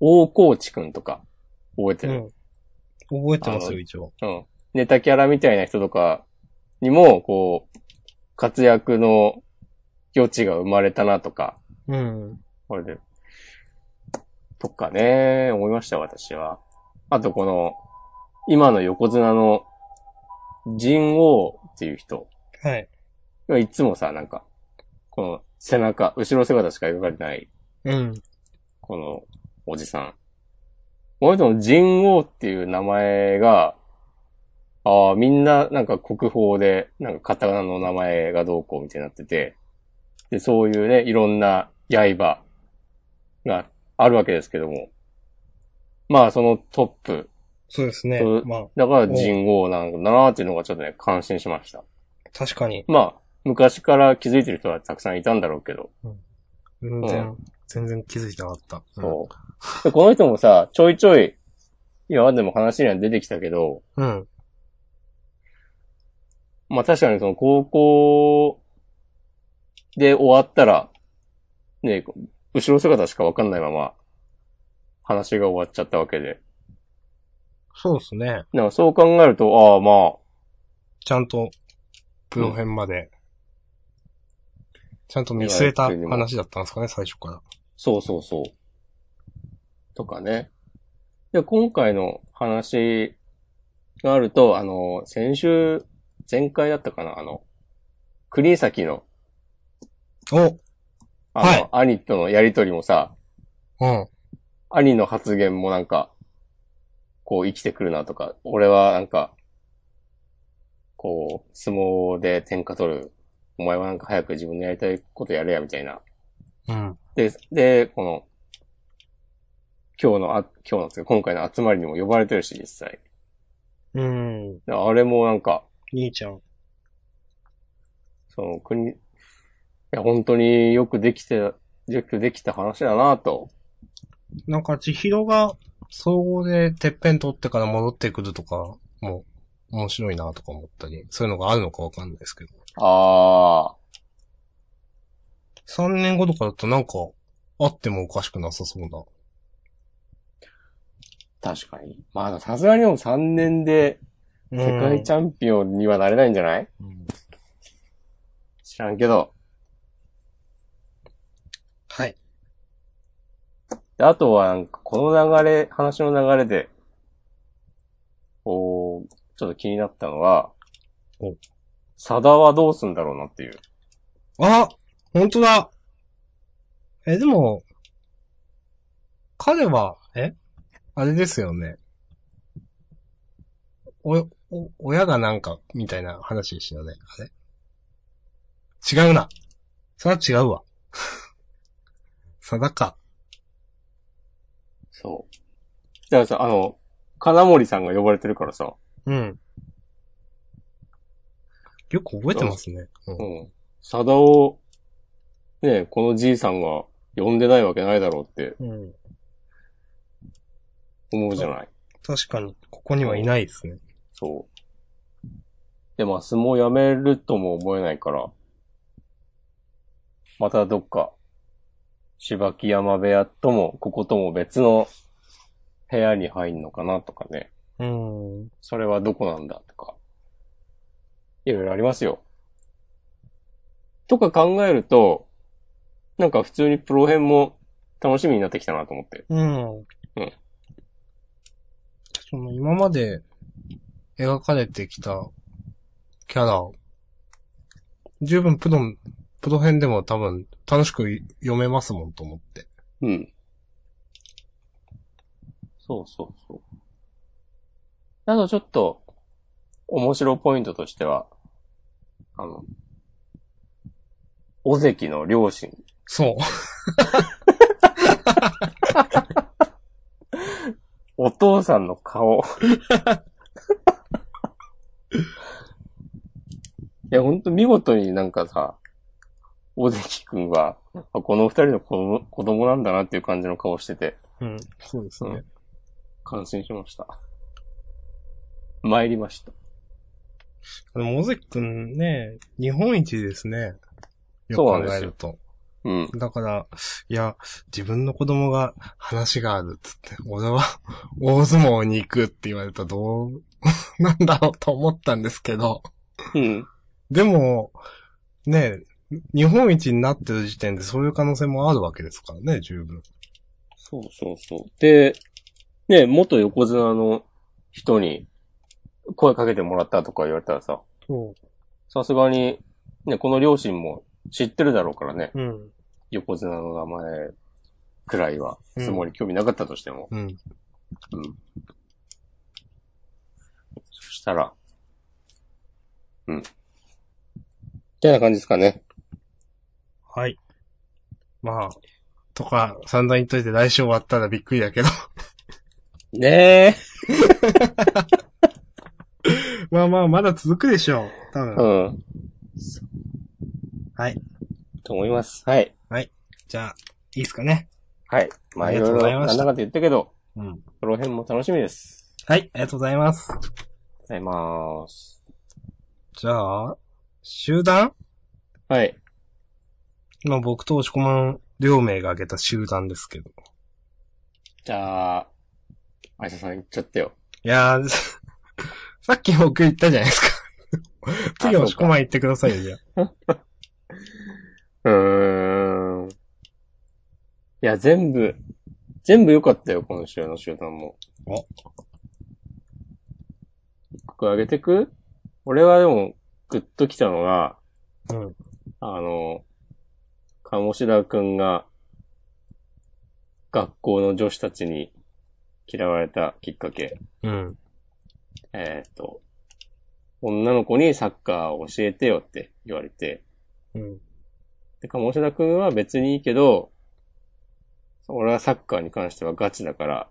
Speaker 1: 大河内くんとか、覚えて
Speaker 2: う
Speaker 1: る、
Speaker 2: ん。覚えてます
Speaker 1: あの
Speaker 2: よ、一応。
Speaker 1: うん、ネタキャラみたいな人とかにも、こう、活躍の余地が生まれたなとか、
Speaker 2: うん。
Speaker 1: これで。とかね、思いました、私は。あとこの、今の横綱の、人王っていう人。
Speaker 2: はい。
Speaker 1: いつもさ、なんか、この背中、後ろ姿しか描かれてない、
Speaker 2: うん。
Speaker 1: このおじさん。この人の人王っていう名前が、ああ、みんななんか国宝で、なんかカタカナの名前がどうこうみたいになってて、で、そういうね、いろんな刃があるわけですけども、まあそのトップ、
Speaker 2: そうですね
Speaker 1: そう。
Speaker 2: まあ、
Speaker 1: だから人王なんだなーっていうのがちょっとね、感心しました。
Speaker 2: 確かに。
Speaker 1: まあ、昔から気づいてる人はたくさんいたんだろうけど、
Speaker 2: 全然、全然気づいてなかった。
Speaker 1: そう。でこの人もさ、ちょいちょい、今までも話には出てきたけど、
Speaker 2: うん。うん。
Speaker 1: まあ確かにその高校で終わったら、ね、後ろ姿しかわかんないまま、話が終わっちゃったわけで。
Speaker 2: そうですね。
Speaker 1: なんかそう考えると、ああま
Speaker 2: ちゃんと、プロ編まで、ちゃんと見据えた話だったんですかね、最初から。
Speaker 1: あ、そうそうそう。とかね。で、今回の話があると、あの、先週、前回だったかな、あの、国崎の
Speaker 2: お
Speaker 1: あの、
Speaker 2: はい
Speaker 1: 兄とのやりとりもさ、
Speaker 2: うん。
Speaker 1: 兄の発言もなんか、こう生きてくるなとか、俺はなんか、こう、相撲で天下取る。お前はなんか早く自分のやりたいことやれや、みたいな。
Speaker 2: うん。
Speaker 1: で、で、この、今日の、あ今日のつうか今回の集まりにも呼ばれてるし、実際。
Speaker 2: うん。
Speaker 1: であれもなんか、
Speaker 2: 兄ちゃん。
Speaker 1: その国、いや、本当によくできて、よくできた話だなと。
Speaker 2: なんか、千尋が、総合でてっぺん取ってから戻ってくるとか、もう、面白いなとか思ったり、そういうのがあるのかわかんないですけど。
Speaker 1: あ
Speaker 2: 3年後とかだとなんか、あってもおかしくなさそうな。
Speaker 1: ー、確かに。まあ、さすがにも3年で、世界チャンピオンにはなれないんじゃない、
Speaker 2: うん
Speaker 1: 知らんけど。
Speaker 2: はい。
Speaker 1: であとは、なんか、この流れ、話の流れで、おーちょっと気になったのは
Speaker 2: お、
Speaker 1: サダはどうすんだろうなっていう。
Speaker 2: あ本当だえ、でも、彼は、えあれですよね。お、お、親がなんか、みたいな話でしたよね。あれ違うな。それは違うわ。 さだか。
Speaker 1: そう。だからさ、あの、金森さんが呼ばれてるからさ、
Speaker 2: うん。よく覚えてますね。うん
Speaker 1: うん。サダを、ねえこのじいさんが呼んでないわけないだろうって
Speaker 2: うん。
Speaker 1: 思うじゃない。
Speaker 2: 確かに、ここにはいないですね。
Speaker 1: そう。で、まあ、相撲やめるとも思えないから、またどっか、芝木山部屋とも、こことも別の部屋に入んのかなとかね。
Speaker 2: うん。
Speaker 1: それはどこなんだとか。いろいろありますよ。とか考えると、なんか普通にプロ編も楽しみになってきたなと思って。
Speaker 2: うん。
Speaker 1: うん
Speaker 2: その今まで描かれてきたキャラ、十分プロ、プロ編でも多分楽しくい読めますもんと思って。
Speaker 1: うん。そうそうそう。あとちょっと、面白ポイントとしては、あの、尾関の両親
Speaker 2: そう。
Speaker 1: お父さんの 顔。いや、ほんと見事になんかさ、大関くんは、あこの二人の子供子供なんだなっていう感じの顔してて、
Speaker 2: うん。そうですね。
Speaker 1: 感心しました。参りました。
Speaker 2: でも、尾関くんね、日本一ですね。よく
Speaker 1: そう
Speaker 2: 考
Speaker 1: なんですよ
Speaker 2: えると。
Speaker 1: うん。
Speaker 2: だから、いや、自分の子供が話があるっつって、俺は大相撲に行くって言われたらどう、 なんだろうと思ったんですけど。
Speaker 1: うん。
Speaker 2: でも、ねえ、日本一になってる時点でそういう可能性もあるわけですからね、十分。
Speaker 1: そうそうそう。で、ね、元横綱の人に声かけてもらったとか言われたらさ、
Speaker 2: そ
Speaker 1: さすがに、ね、この両親も知ってるだろうからね。
Speaker 2: う。うん。
Speaker 1: 横綱の名前くらいは、
Speaker 2: うん
Speaker 1: 相撲に興味なかったとしても。
Speaker 2: うん。
Speaker 1: そしたら、うん。みたいな感じですかね。
Speaker 2: はい。まあ、とか、散々言っといて来週終わったらびっくりだけど。
Speaker 1: ねえ。
Speaker 2: まあまあ、まだ続くでしょう。多分。
Speaker 1: うん。
Speaker 2: はい。
Speaker 1: と思います。はい。
Speaker 2: じゃあ、いいっすかね。
Speaker 1: はい。まあ、
Speaker 2: あ
Speaker 1: い
Speaker 2: り
Speaker 1: ろ
Speaker 2: が
Speaker 1: い
Speaker 2: と
Speaker 1: ろ
Speaker 2: うござい
Speaker 1: なん
Speaker 2: まし
Speaker 1: だ
Speaker 2: た
Speaker 1: かと言ったけど、
Speaker 2: うん。
Speaker 1: この辺も楽しみです。
Speaker 2: はい、ありがとうございます。
Speaker 1: ございます。
Speaker 2: じゃあ、集団
Speaker 1: はい。
Speaker 2: 今僕と押し込まん両名が挙げた集団ですけど。
Speaker 1: じゃあ、あいささん行っちゃってよ。
Speaker 2: いやー、 さっき僕言ったじゃないですか。
Speaker 1: あそう
Speaker 2: 次
Speaker 1: か
Speaker 2: 押し込まん言ってくださいよ、じゃあ。
Speaker 1: うーん。いや、全部、全部良かったよ、今週の集団も。
Speaker 2: お
Speaker 1: 一個上げてく俺はでも、グッときたのが、
Speaker 2: うん。
Speaker 1: あの、鴨志田くんが、学校の女子たちに嫌われたきっかけ。
Speaker 2: うん。
Speaker 1: えっ、と、女の子にサッカーを教えてよって言われて、
Speaker 2: うん。
Speaker 1: で、鴨志田くんは別にいいけど、俺はサッカーに関してはガチだから、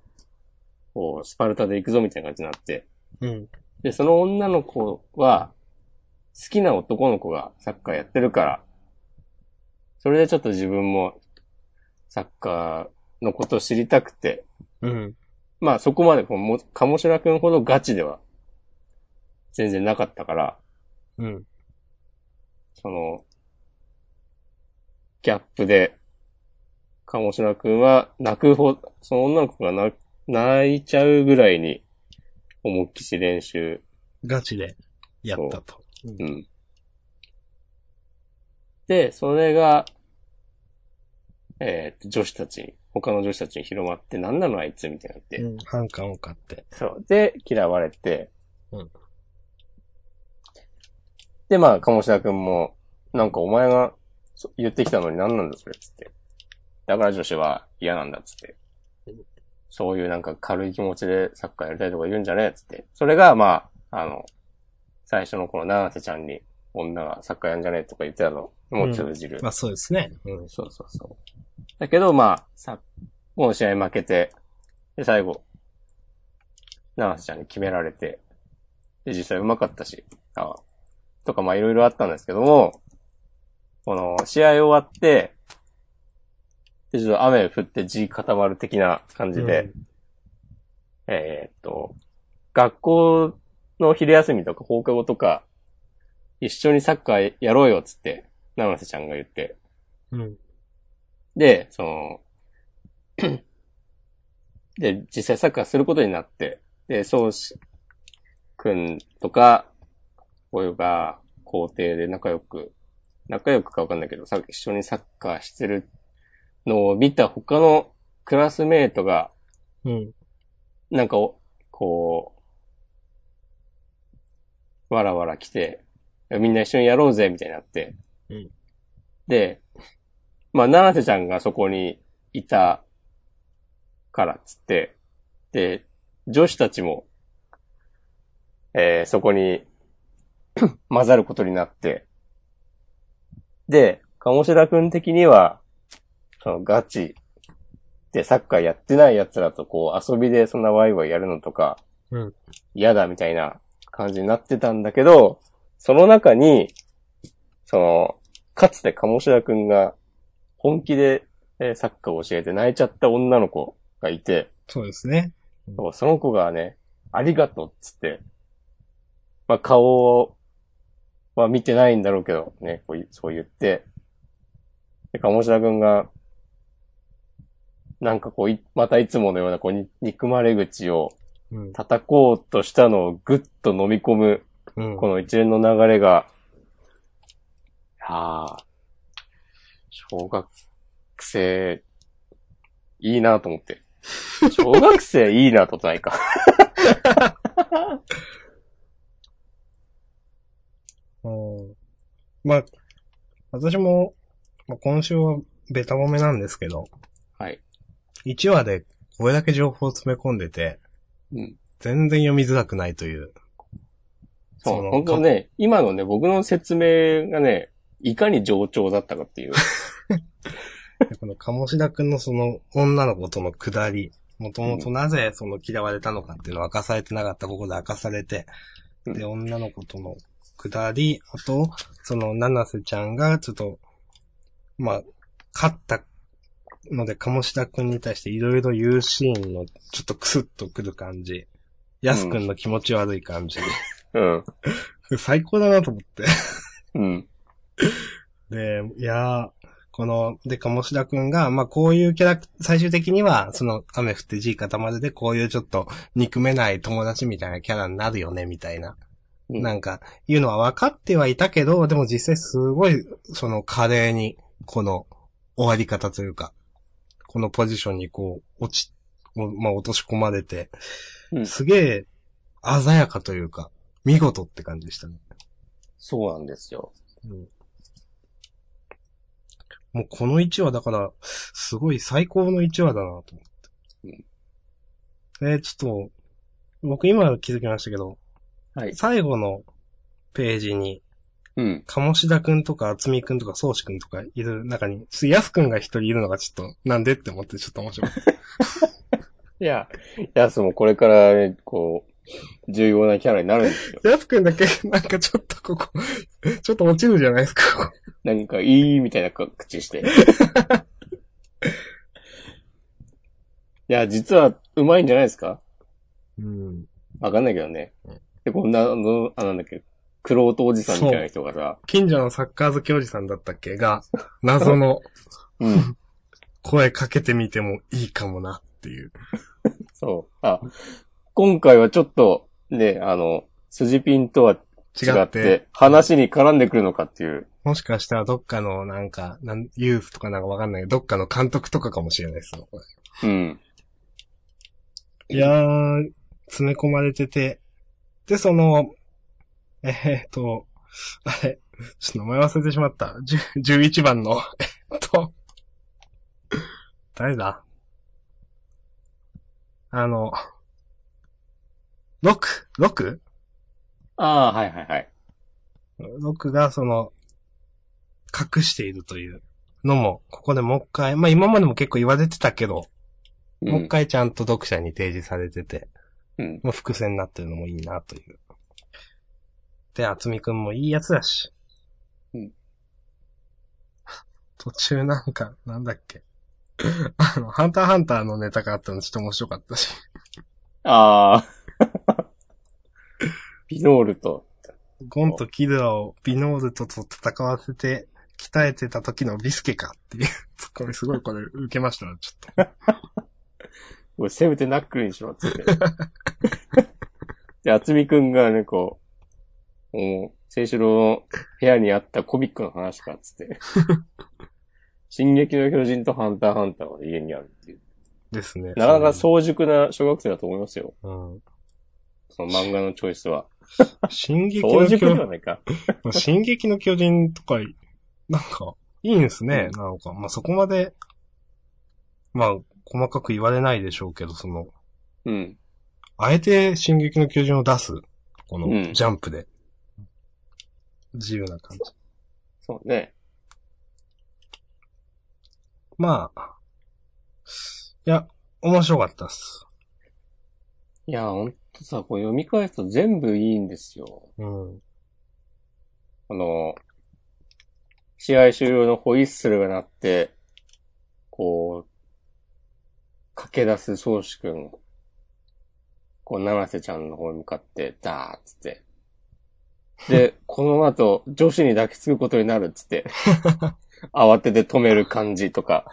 Speaker 1: こう、スパルタで行くぞみたいな感じになって。
Speaker 2: うん。
Speaker 1: で、その女の子は、好きな男の子がサッカーやってるから、それでちょっと自分も、サッカーのことを知りたくて、
Speaker 2: うん。
Speaker 1: まあそこまでこうも、鴨志田くんほどガチでは、全然なかったから、
Speaker 2: うん。
Speaker 1: その、ギャップで、鴨志田くんは泣くほど、その女の子が泣泣いちゃうぐらいに、思いっきし練習。
Speaker 2: ガチでやったと。うん
Speaker 1: うん。で、それが、えーと女子たちに、他の女子たちに広まって、なんなのあいつみたいになって。
Speaker 2: うん。反感を買って。
Speaker 1: そう。で、嫌われて。
Speaker 2: うん
Speaker 1: で、まあ、鴨志田くんも、なんかお前がそ言ってきたのに何なんだそれっつって。だから女子は嫌なんだっつって
Speaker 2: うん。
Speaker 1: そういうなんか軽い気持ちでサッカーやりたいとか言うんじゃねえっつって。それが、まあ、あの、最初のこの七瀬ちゃんに女がサッカーやんじゃねえとか言ってたのも通じる。
Speaker 2: まあそうですね。うん。
Speaker 1: そうそうそう。だけど、まあ、さ、もう試合負けて、で、最後、長瀬ちゃんに決められて、で、実際うまかったし、あとか、まあ、いろいろあったんですけども、この、試合終わって、で、ちょっと雨降って地固まる的な感じで、えーっと、学校の昼休みとか放課後とか、一緒にサッカーやろうよっつって、長瀬ちゃんが言って、
Speaker 2: うん。うん。
Speaker 1: で、その、 で、実際サッカーすることになって、で、宗師くんとか、およが、校庭で仲良く、仲良くかわかんないけど、さ一緒にサッカーしてるのを見た他のクラスメイトが、
Speaker 2: うん。
Speaker 1: なんかお、こう、わらわら来て、みんな一緒にやろうぜ、みたいになって。
Speaker 2: うん
Speaker 1: で、まあ、七瀬ちゃんがそこにいたからっつって、で、女子たちも、えーそこに 混ざることになって、で、鴨志田くん的には、そのガチでサッカーやってない奴らとこう遊びでそんなワイワイやるのとか、
Speaker 2: うん
Speaker 1: 嫌だみたいな感じになってたんだけど、その中に、その、かつて鴨志田くんが本気で、えーサッカーを教えて泣いちゃった女の子がいて、
Speaker 2: そうですね。
Speaker 1: そうその子がね、ありがとうっつって、まあ顔は見てないんだろうけど、ね、こういそう言って、で、鴨志田くんが、なんかこうい、またいつものようなこうに憎まれ口を
Speaker 2: うん。
Speaker 1: 叩こうとしたのをぐっと飲み込む、
Speaker 2: うん。
Speaker 1: この一連の流れが、ああ、小学生、いいなと思って。小学生いいなってことないか。
Speaker 2: うんまあ、私も、まあ、今週はベタ褒めなんですけど、
Speaker 1: はい。
Speaker 2: 1話でこれだけ情報を詰め込んでて、
Speaker 1: うん。
Speaker 2: 全然読みづらくないという。
Speaker 1: そ、
Speaker 2: そうの
Speaker 1: 本当ね、今のね、僕の説明がね、いかに冗長だったか っていう。
Speaker 2: でこの鴨志田くんのその女の子との下り、もともとなぜその嫌われたのかっていうのは明かされてなかった、ここで明かされて、で、女の子との下り、あと、その七瀬ちゃんがちょっと、まあ、勝ったので鴨志田くんに対していろいろ言うシーンのちょっとクスッとくる感じ、やすくんの気持ち悪い感じ、
Speaker 1: うん。
Speaker 2: 最高だなと思って。
Speaker 1: うん。
Speaker 2: で、いやー、この、で、鴨志田くんが、まあ、こういうキャラク、最終的には、その、雨降って地固まるで、こういうちょっと、憎めない友達みたいなキャラになるよね、みたいな。
Speaker 1: うん
Speaker 2: なんか、いうのは分かってはいたけど、でも実際すごい、その、華麗に、この、終わり方というか、このポジションにこう、落ち、おまあ、落とし込まれて
Speaker 1: う、ん
Speaker 2: すげえ、鮮やかというか、見事って感じでしたね。
Speaker 1: そうなんですよ。
Speaker 2: もうこの1話だから、すごい最高の1話だなと思って。で、ちょっと、僕今気づきましたけど、
Speaker 1: はい。
Speaker 2: 最後のページに、
Speaker 1: うん。
Speaker 2: 鴨志田くんとか厚みくんとか宗志くんとかいる中に、やすくんが一人いるのがちょっと、なんでって思ってちょっと面白い。
Speaker 1: いや、やすもこれから、ね、こう、重要なキャラになるんです よ。
Speaker 2: やすくんだけ、なんかちょっとここ、ちょっと落ちるじゃないですか。
Speaker 1: なんか、いいみたいな口 して。いや、実は、うまいんじゃないですか
Speaker 2: うん。
Speaker 1: わかんないけどね
Speaker 2: うん。
Speaker 1: で、こんな、あの、あ、なんだっけ、クロートおじさんみたいな人がさ、
Speaker 2: 近所のサッカー好きおじさんだったっけが、謎の、
Speaker 1: うん。
Speaker 2: 声かけてみてもいいかもなっていう。
Speaker 1: そう。あ、今回はちょっと、ね、あの、筋ピンとは違
Speaker 2: 違
Speaker 1: って、
Speaker 2: って、
Speaker 1: 話に絡んでくるのかっていう。
Speaker 2: もしかしたらどっかのなんか、なんユースとかなんかわかんないけど、どっかの監督とかかもしれないですよ。これ
Speaker 1: うん。
Speaker 2: いやー、詰め込まれてて。で、その、えー、っと、あれ、ちょっと名前忘れてしまった。10 11番の、えっと、誰だあの、6、6?
Speaker 1: ああ、はいはいはい。
Speaker 2: 僕がその、隠しているというのも、ここでもう一回、まあ今までも結構言われてたけど、
Speaker 1: うん
Speaker 2: もう一回ちゃんと読者に提示されてて、
Speaker 1: うん。
Speaker 2: もう伏線になってるのもいいなという。で、厚みくんもいいやつだし。
Speaker 1: うん
Speaker 2: 途中なんか、なんだっけ。 あの、ハンターハンターのネタがあったのちょっと面白かったし。
Speaker 1: あ あ。ピノールと。
Speaker 2: ゴンとキドラをビノールとと戦わせて、鍛えてた時のビスケかっていう。 これすごいこれ受けましたわちょっと。
Speaker 1: これせめてナックルにしろっ つって。で、厚みくんがね、こう、もう、聖四郎の部屋にあったコミックの話かっつ って。進撃の巨人とハンターハンターは家にあるっていう。
Speaker 2: ですね。
Speaker 1: なかなか早熟な小学生だと思いますよ。
Speaker 2: う。うん。
Speaker 1: その漫画のチョイスは。
Speaker 2: 進撃
Speaker 1: 早
Speaker 2: の巨
Speaker 1: 熟で
Speaker 2: 人
Speaker 1: はないか。
Speaker 2: まあ進撃の巨人とか、なんか、いいんですね。なんか、まあ、そこまで、まあ、細かく言われないでしょうけど、その、
Speaker 1: うん。
Speaker 2: あえて進撃の巨人を出す、
Speaker 1: う
Speaker 2: こ
Speaker 1: ん
Speaker 2: の、ジャンプで。自由な感じ。
Speaker 1: そうね。
Speaker 2: まあ、いや、面白かったっす。
Speaker 1: いや、ほんとさ、こう読み返すと全部いいんですよ。
Speaker 2: うん。
Speaker 1: あの、試合終了のホイッスルが鳴って、こう、駆け出す宗主君。こう、七瀬ちゃんの方に向かって、ダーっつって。で、 この後、女子に抱きつくことになるっつって。慌てて止める感じとか。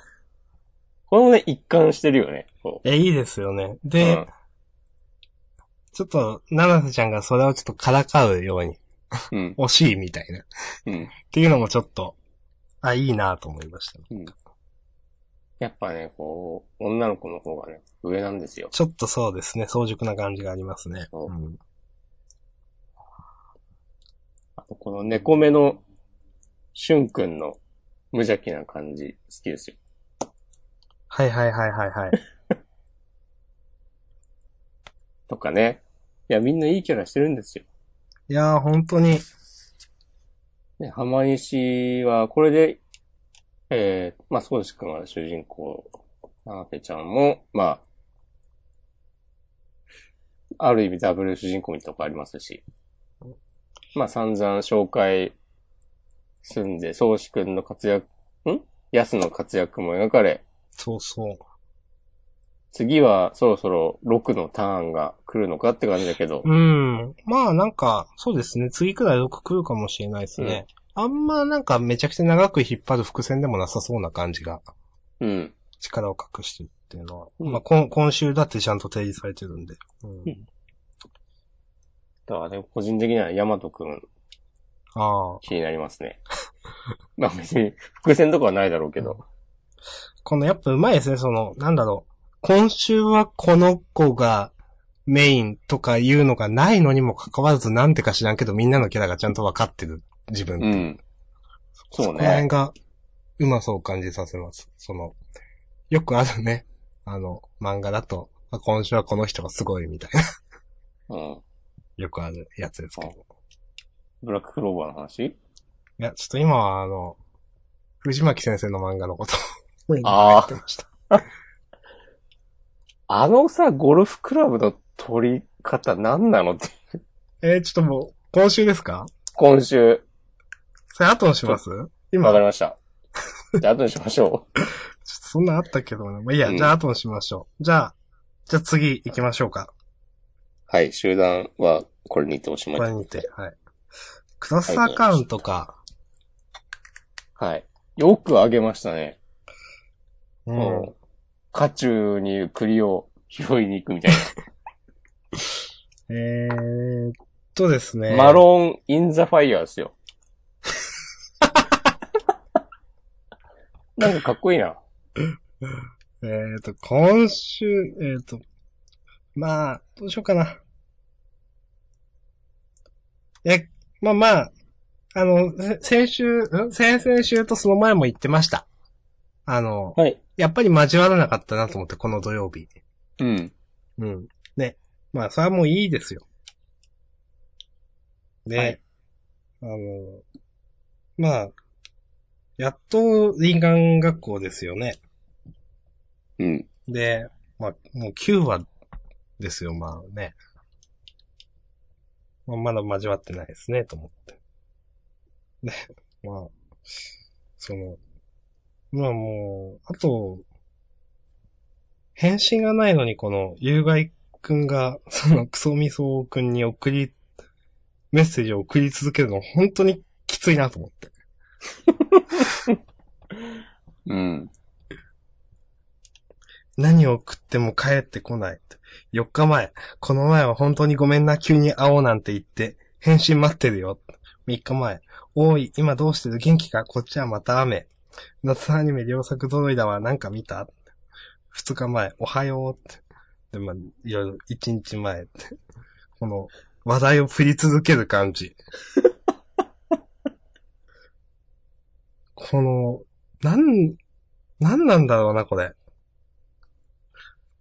Speaker 1: これもね、一貫してるよね。こう
Speaker 2: え、いいですよね。
Speaker 1: う
Speaker 2: で、ちょっと、七瀬ちゃんがそれをちょっとからかうように、
Speaker 1: ん。うん。
Speaker 2: 惜しいみたいな。っ
Speaker 1: うん。
Speaker 2: ていうのもちょっと、あ、いいなと思いました。
Speaker 1: やっぱね、こう、女の子の方がね、上なんですよ。
Speaker 2: ちょっとそうですね、早熟な感じがありますね。
Speaker 1: そう
Speaker 2: うん
Speaker 1: あと、この猫目の、しゅんくんの無邪気な感じ、好きですよ。
Speaker 2: はいはいはいはいはい。
Speaker 1: とかね。いや、みんないいキャラしてるんですよ。
Speaker 2: いやー、本当に、
Speaker 1: ね、浜西は、これで、えー、まあ、宗司くんは主人公、な瀬ちゃんも、まあ、ある意味ダブル主人公みたいなとこありますし、まあ、散々紹介すんで、宗司くんの活躍、ん安の活躍も描かれ、
Speaker 2: そうそう。
Speaker 1: 次はそろそろ6のターンが来るのかって感じだけど、
Speaker 2: うん。まあなんか、そうですね、次くらいよく来るかもしれないですね。あんまなんかめちゃくちゃ長く引っ張る伏線でもなさそうな感じが、
Speaker 1: うん。
Speaker 2: 力を隠してるっていうのは。
Speaker 1: うん
Speaker 2: まあ今今週だってちゃんと提示されてるんで。うん
Speaker 1: んだからね、個人的にはヤマトくん
Speaker 2: ああ。
Speaker 1: 気になりますね。 まあ別に伏線とかはないだろうけど。
Speaker 2: このやっぱうまいですね、その、なんだろう。今週はこの子がメインとかいうのがないのにも関わらずなんてか知らんけどみんなのキャラがちゃんと分かってる自分って
Speaker 1: う。
Speaker 2: いうん
Speaker 1: そ
Speaker 2: そうこら辺
Speaker 1: ね。
Speaker 2: が、うまそう感じさせます。その、よくあるね、あの、漫画だと、あ今週はこの人がすごいみたいな、
Speaker 1: うん。
Speaker 2: よくあるやつですけど。い
Speaker 1: ブラッククローバーの話
Speaker 2: や、ちょっと今はあの、藤巻先生の漫画のことを、
Speaker 1: あー
Speaker 2: 言ってました。
Speaker 1: あのさ、ゴルフクラブの取り方何なのって、
Speaker 2: えーちょっともう、今週ですか
Speaker 1: 今週、
Speaker 2: それ後にします今、
Speaker 1: わか
Speaker 2: ちょっ
Speaker 1: りました。じゃあ後にしましょう。
Speaker 2: とそんなんあったけどな。まあ、いいや、
Speaker 1: うん
Speaker 2: じゃあ後にしましょう。じゃあ、じゃあ次行きましょうか。
Speaker 1: はい、集団はこれにておしまい
Speaker 2: こ。れにて、はい。クロスアカウントか。
Speaker 1: はい。よくあげましたね。
Speaker 2: う
Speaker 1: も
Speaker 2: ん。
Speaker 1: う、家中に栗を拾いに行くみたいな。
Speaker 2: えーっとですね。
Speaker 1: マローン・イン・ザ・ファイヤーですよ。なんかかっこいいな。
Speaker 2: えーと、今週、えーと、まあ、どうしようかな。え、まあまあ、あの、せ先週、ん先々週とその前も言ってました。あの、
Speaker 1: はい。
Speaker 2: やっぱり交わらなかったなと思って、この土曜日。
Speaker 1: うん。
Speaker 2: うん。ね。まあ、それはもういいですよ。で、
Speaker 1: はい
Speaker 2: あの、まあ、やっと林間学校ですよね。
Speaker 1: うん。
Speaker 2: で、まあ、もう9話ですよ、まあね。まあ、まだ交わってないですね、と思って。ね、まあ、その、まあもう、あと、返信がないのにこの、有害くんが、そのクソミソくんに送り、メッセージを送り続けるの、本当にきついなと思って。
Speaker 1: うん。
Speaker 2: 何を送っても帰ってこない。4日前、この前は本当にごめんな、急に会おうなんて言って、返信待ってるよ。3日前、おい、今どうしてる元気かこっちはまた雨。夏アニメ両作揃いだわ、なんか見た ?2 日前、おはようって。で、まあ、いろいろ1日前って。この、話題を振り続ける感じ。この、なん、なんなんだろうな、これ。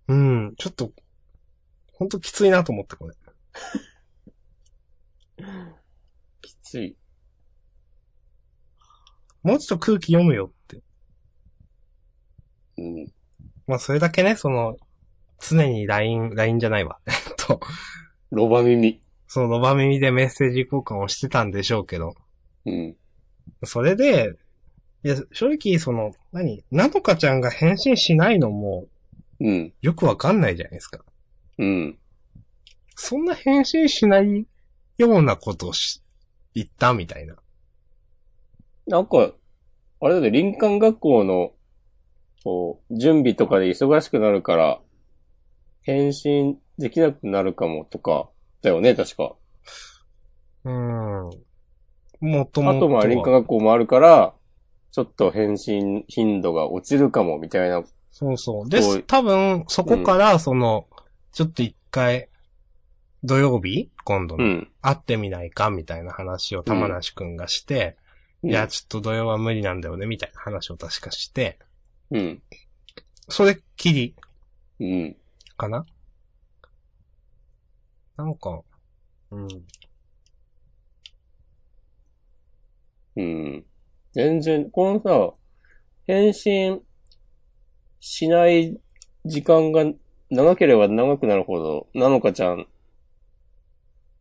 Speaker 2: うん、ちょっと、ほんときついなと思って、これ。
Speaker 1: きつい。
Speaker 2: もうちょっと空気読むよって。
Speaker 1: うん。
Speaker 2: まあ、それだけね、その、常に LINE、LINE じゃないわ。 えっと、
Speaker 1: ロバ耳。
Speaker 2: そのロバ耳でメッセージ交換をしてたんでしょうけど、
Speaker 1: うん。
Speaker 2: それで、いや、正直、その、何なのかちゃんが返信しないのも、
Speaker 1: うん。
Speaker 2: よくわかんないじゃないですか。
Speaker 1: うん。
Speaker 2: そんな返信しないようなことをし、言ったみたいな。
Speaker 1: なんか、あれだね、林間学校の、こう、準備とかで忙しくなるから、返信できなくなるかもとか、だよね、確か。
Speaker 2: うーん。もとも
Speaker 1: あとまあ、林間学校もあるから、ちょっと返信頻度が落ちるかも、みたいな。
Speaker 2: そうそう。で
Speaker 1: こう、
Speaker 2: 多分、そこから、その、ちょっと一回、土曜日今度
Speaker 1: う
Speaker 2: の、
Speaker 1: ん。
Speaker 2: 会ってみないかみたいな話を玉梨くんがして、いや、、ちょっと土曜は無理なんだよね、みたいな話を確かして、
Speaker 1: うん。
Speaker 2: それっきり、
Speaker 1: うん。
Speaker 2: かななんか、うん。
Speaker 1: うん。全然、このさ、返信しない時間が長ければ長くなるほど、なのかちゃん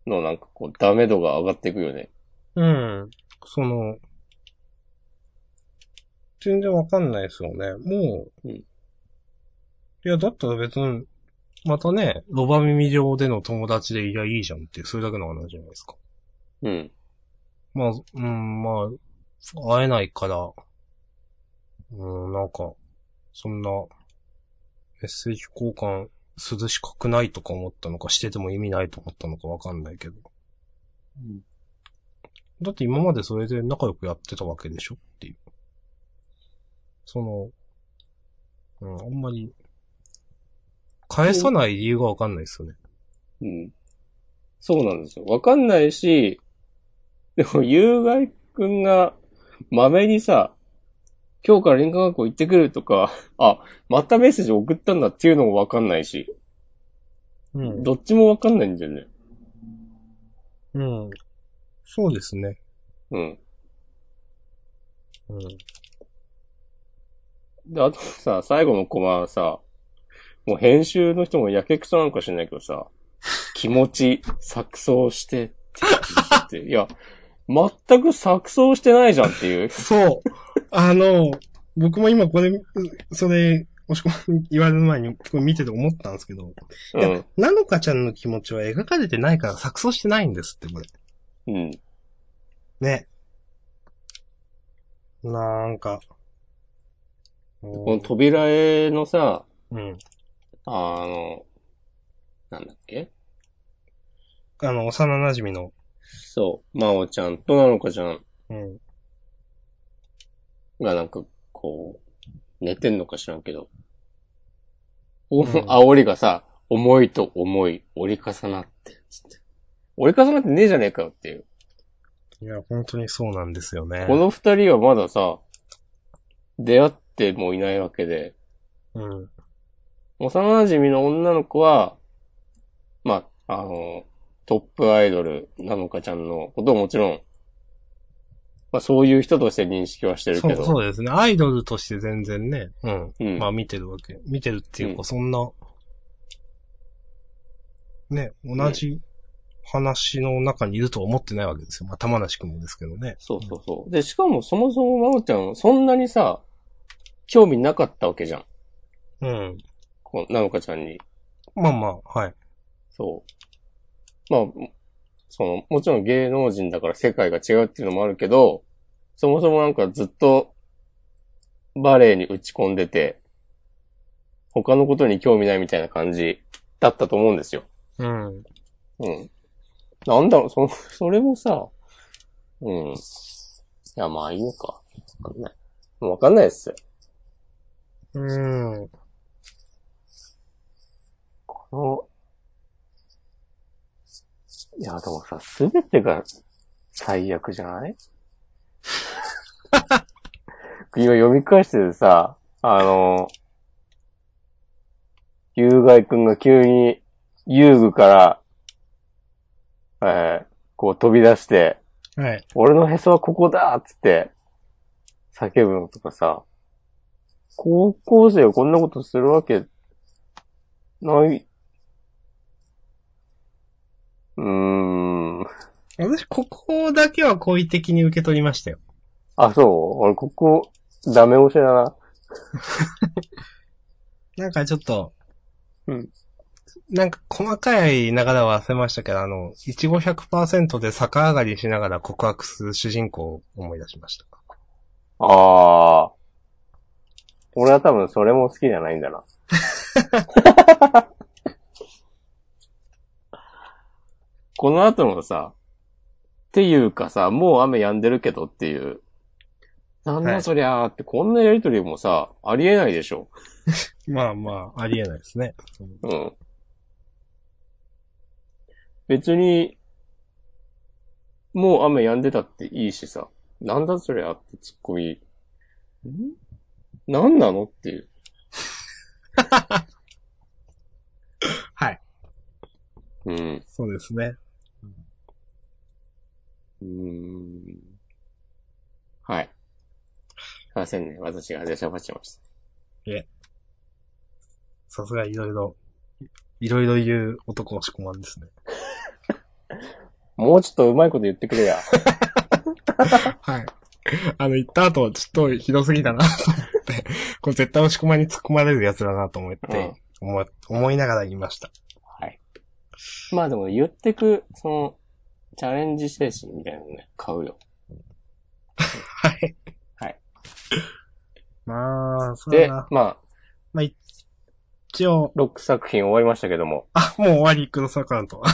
Speaker 1: のなんかこう、ダメ度が上がっていくよね。
Speaker 2: うん。その、全然わかんないですよね。もう、
Speaker 1: うん
Speaker 2: いや、だったら別に、またね、ロバ耳上での友達でいや、いいじゃんって、それだけの話じゃないですか。
Speaker 1: うん。
Speaker 2: まあ、うん、まあ、会えないから、うん、なんか、そんな、メッセージ交換するしかくないとか思ったのか、してても意味ないと思ったのかわかんないけど。だって今までそれで仲良くやってたわけでしょっていう。その、うん、あんまり、返さない理由がわかんないですよね。
Speaker 1: うん。そうなんですよ。わかんないし、でも、有害くんが、まめにさ、今日から林科学校行ってくるとか、あ、またメッセージ送ったんだっていうのもわかんないし、
Speaker 2: うん。
Speaker 1: どっちもわかんないんだよね。
Speaker 2: うん。そうですね。
Speaker 1: うん。
Speaker 2: うん。
Speaker 1: で、あとさ、最後のコマはさ、もう編集の人もやけくそなんかしないけどさ、気持ち、錯綜してって言って、いや、全く錯綜してないじゃんっていう。
Speaker 2: そう。あの、僕も今これ、うそれ、もしこみ言われる前にこれ見てて思ったんですけど、
Speaker 1: う
Speaker 2: い
Speaker 1: ん。
Speaker 2: なのかちゃんの気持ちは描かれてないから錯綜してないんですって、これ。
Speaker 1: うん。
Speaker 2: ね。なんか。
Speaker 1: こ
Speaker 2: う
Speaker 1: の扉絵のさ、
Speaker 2: うん。
Speaker 1: あの、なんだっけ
Speaker 2: あの、幼馴染の。
Speaker 1: そう、まおちゃんとなのかちゃん
Speaker 2: うん。
Speaker 1: がなんか、こう、寝てんのか知らんけど、お、
Speaker 2: うん
Speaker 1: 煽りがさ、思いと思い折り重なって、つって。折り重なってねえじゃねえかよっていう。
Speaker 2: いや、本当にそうなんですよね。
Speaker 1: この二人はまださ、出会ってもいないわけで、
Speaker 2: うん。
Speaker 1: 幼馴染の女の子は、まあ、あの、トップアイドルなのかちゃんのことをもちろん、まあそういう人として認識はしてる
Speaker 2: そ
Speaker 1: け
Speaker 2: う、
Speaker 1: ど、
Speaker 2: そうですね。アイドルとして全然ね。うん。
Speaker 1: うん
Speaker 2: まあ見てるわけ。見てるってい
Speaker 1: う
Speaker 2: うか、
Speaker 1: ん
Speaker 2: そんな、ね、同じ話の中にいるとは思ってないわけですよ。まあ、玉梨くんもですけどね。
Speaker 1: そうそうそう。で、しかもそもそもまおちゃんはそんなにさ、興味なかったわけじゃん。
Speaker 2: うん。
Speaker 1: こうなのかちゃんに。
Speaker 2: まあまあ、はい。
Speaker 1: そう。まあ、その、もちろん芸能人だから世界が違うっていうのもあるけど、そもそもなんかずっとバレエに打ち込んでて、他のことに興味ないみたいな感じだったと思うんですよ。
Speaker 2: うん。
Speaker 1: うん。なんだろう、そ、それもさ、うん。いや、まあいいのか。わかんない。もうわかんないっす。
Speaker 2: うん。
Speaker 1: この、いや、でもさ、すべてが最悪じゃない 今読み返しててさ、あの、有害くんが急に遊具から、えーこう飛び出して、
Speaker 2: はい。
Speaker 1: 俺のへそはここだっつって、叫ぶのとかさ、高校生がこんなことするわけ、ない。うーん。
Speaker 2: 私、ここだけは好意的に受け取りましたよ。
Speaker 1: あ、そう俺ここ、ダメ押しだな。
Speaker 2: なんかちょっと、
Speaker 1: うん。
Speaker 2: なんか細かい流れは忘れましたけど、あの、いちご100%で逆上がりしながら告白する主人公を思い出しました。
Speaker 1: あー。俺は多分それも好きじゃないんだな。 この後のさ、っていうかさ、もう雨止んでるけどっていう。なん
Speaker 2: は
Speaker 1: だ
Speaker 2: い
Speaker 1: そりゃーって、こんなやりとりもさ、ありえないでしょ。
Speaker 2: まあまあ、ありえないですね。
Speaker 1: うん。別に、もう雨止んでたっていいしさ、なんだそりゃってツッコミ、んなんなのっていう。
Speaker 2: はい。
Speaker 1: うん。
Speaker 2: そうですね。
Speaker 1: うーん。はい。すいませんね。私が出しゃばっちゃいまし
Speaker 2: さすがいろいろ、いろいろ言う男押し込まんですね。
Speaker 1: た。もうちょっとうまいこと言ってく れや。
Speaker 2: はい。あの、言った後、ちょっとひどすぎだな と思って、これ絶対押し込まに突っ込まれるやつだなと思って、思い思いながら言いました。
Speaker 1: まあでも言ってく、その、チャレンジ精神みたいなのね、買うよ。
Speaker 2: はい。
Speaker 1: はい。
Speaker 2: まあ、そうだ
Speaker 1: で
Speaker 2: な、。
Speaker 1: まあ、
Speaker 2: 一応、
Speaker 1: 6作品終わりましたけども。
Speaker 2: あ、もう終わり、クロスアカウントは。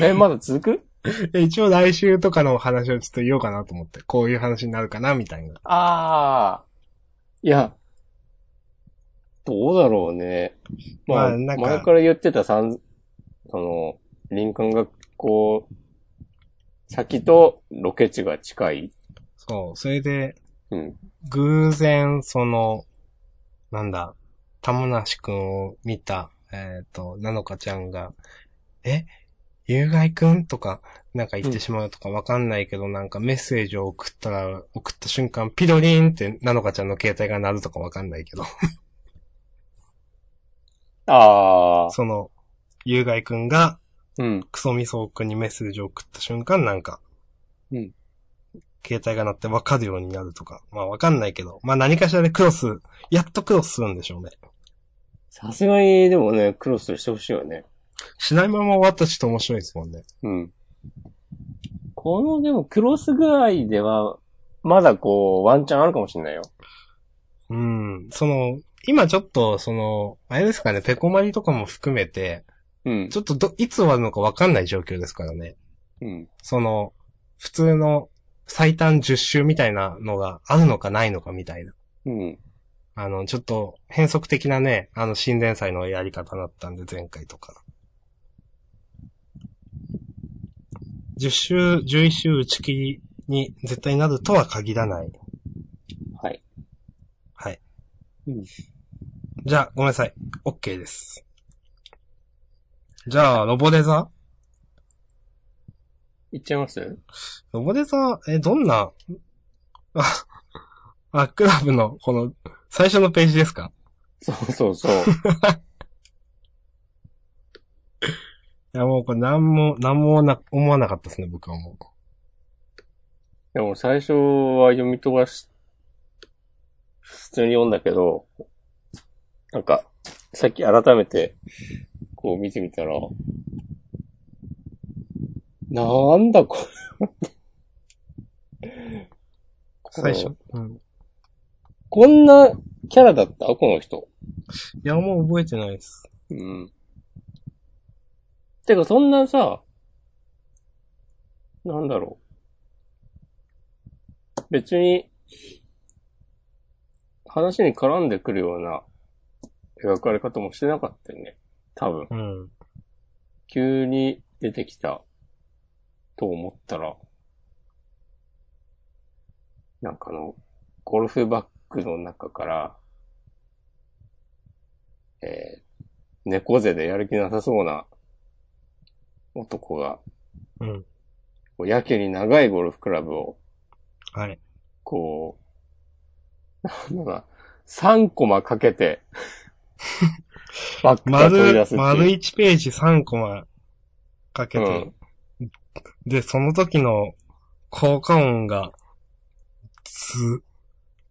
Speaker 1: え、まだ続く
Speaker 2: で一応来週とかの話をちょっと言おうかなと思って、こういう話になるかな、みたいな。
Speaker 1: ああ。いや、どうだろうね。まあ、
Speaker 2: まあなんか
Speaker 1: 前から言ってた三、その、林間がこう、先とロケ地が近い。
Speaker 2: そう、それで、
Speaker 1: うん。
Speaker 2: 偶然、その、なんだ、田村梨くんを見た、えっ、と、なのかちゃんが、え有害くんとか、なんか言ってしまうとかわかんないけど、なんかメッセージを送ったら、送った瞬間、ピロリンってなのかちゃんの携帯が鳴るとかわかんないけど、
Speaker 1: ああ。
Speaker 2: その、有害くんが、
Speaker 1: うん。
Speaker 2: クソミソウ君にメッセージを送った瞬間、なんか、
Speaker 1: うん。
Speaker 2: 携帯が鳴ってわかるようになるとか、まあわかんないけど、まあ何かしらでクロス、やっとクロスするんでしょうね。
Speaker 1: さすがに、でもね、クロスしてほしいよね。
Speaker 2: しないまま終わったしと面白いですもんね。
Speaker 1: うん。この、でも、クロス具合では、まだこう、ワンチャンあるかもしれないよ。
Speaker 2: うん。その、今ちょっと、その、あれですかね、ペコマリとかも含めて、
Speaker 1: うん
Speaker 2: ち。ょっとど、いつ終わるのかわかんない状況ですからね。
Speaker 1: うん。
Speaker 2: その、普通の最短10周みたいなのがあるのかないのかみたいな。
Speaker 1: うん。
Speaker 2: あの、ちょっと変則的なね、あの、新連載のやり方だったんで、前回とか。10週、11週打ち切りに絶対なるとは限らない。
Speaker 1: はい。
Speaker 2: はい。
Speaker 1: うん
Speaker 2: じゃあ、ごめんなさい。OK です。じゃあ、ロボデザ
Speaker 1: いっちゃいます
Speaker 2: ロボデザえ、どんな、あ、あ、クラブの、この、最初のページですか
Speaker 1: そうそうそう。
Speaker 2: いや、もうこれなんも、なんもな、思わなかったですね、僕はもう。
Speaker 1: でも最初は読み飛ばし、普通に読んだけど、なんか、さっき改めて、こう見てみたら、なんだこれ。
Speaker 2: 最初。うん。
Speaker 1: こんなキャラだったこの人。
Speaker 2: いや、もう覚えてないです。
Speaker 1: うん。てか、そんなさ、なんだろう。別に、話に絡んでくるような描かれ方もしてなかったよね。多分。
Speaker 2: うん。
Speaker 1: 急に出てきたと思ったら、なんかあの、ゴルフバッグの中から、えー猫背でやる気なさそうな男が、
Speaker 2: うん。
Speaker 1: こうやけに長いゴルフクラブを、
Speaker 2: はい。
Speaker 1: こう、なんだろうな、3コマかけ て、バッグから取り出
Speaker 2: 丸、
Speaker 1: すっていう。
Speaker 2: 丸1ページ3コマかけて、
Speaker 1: うん
Speaker 2: で、その時の効果音が、つ、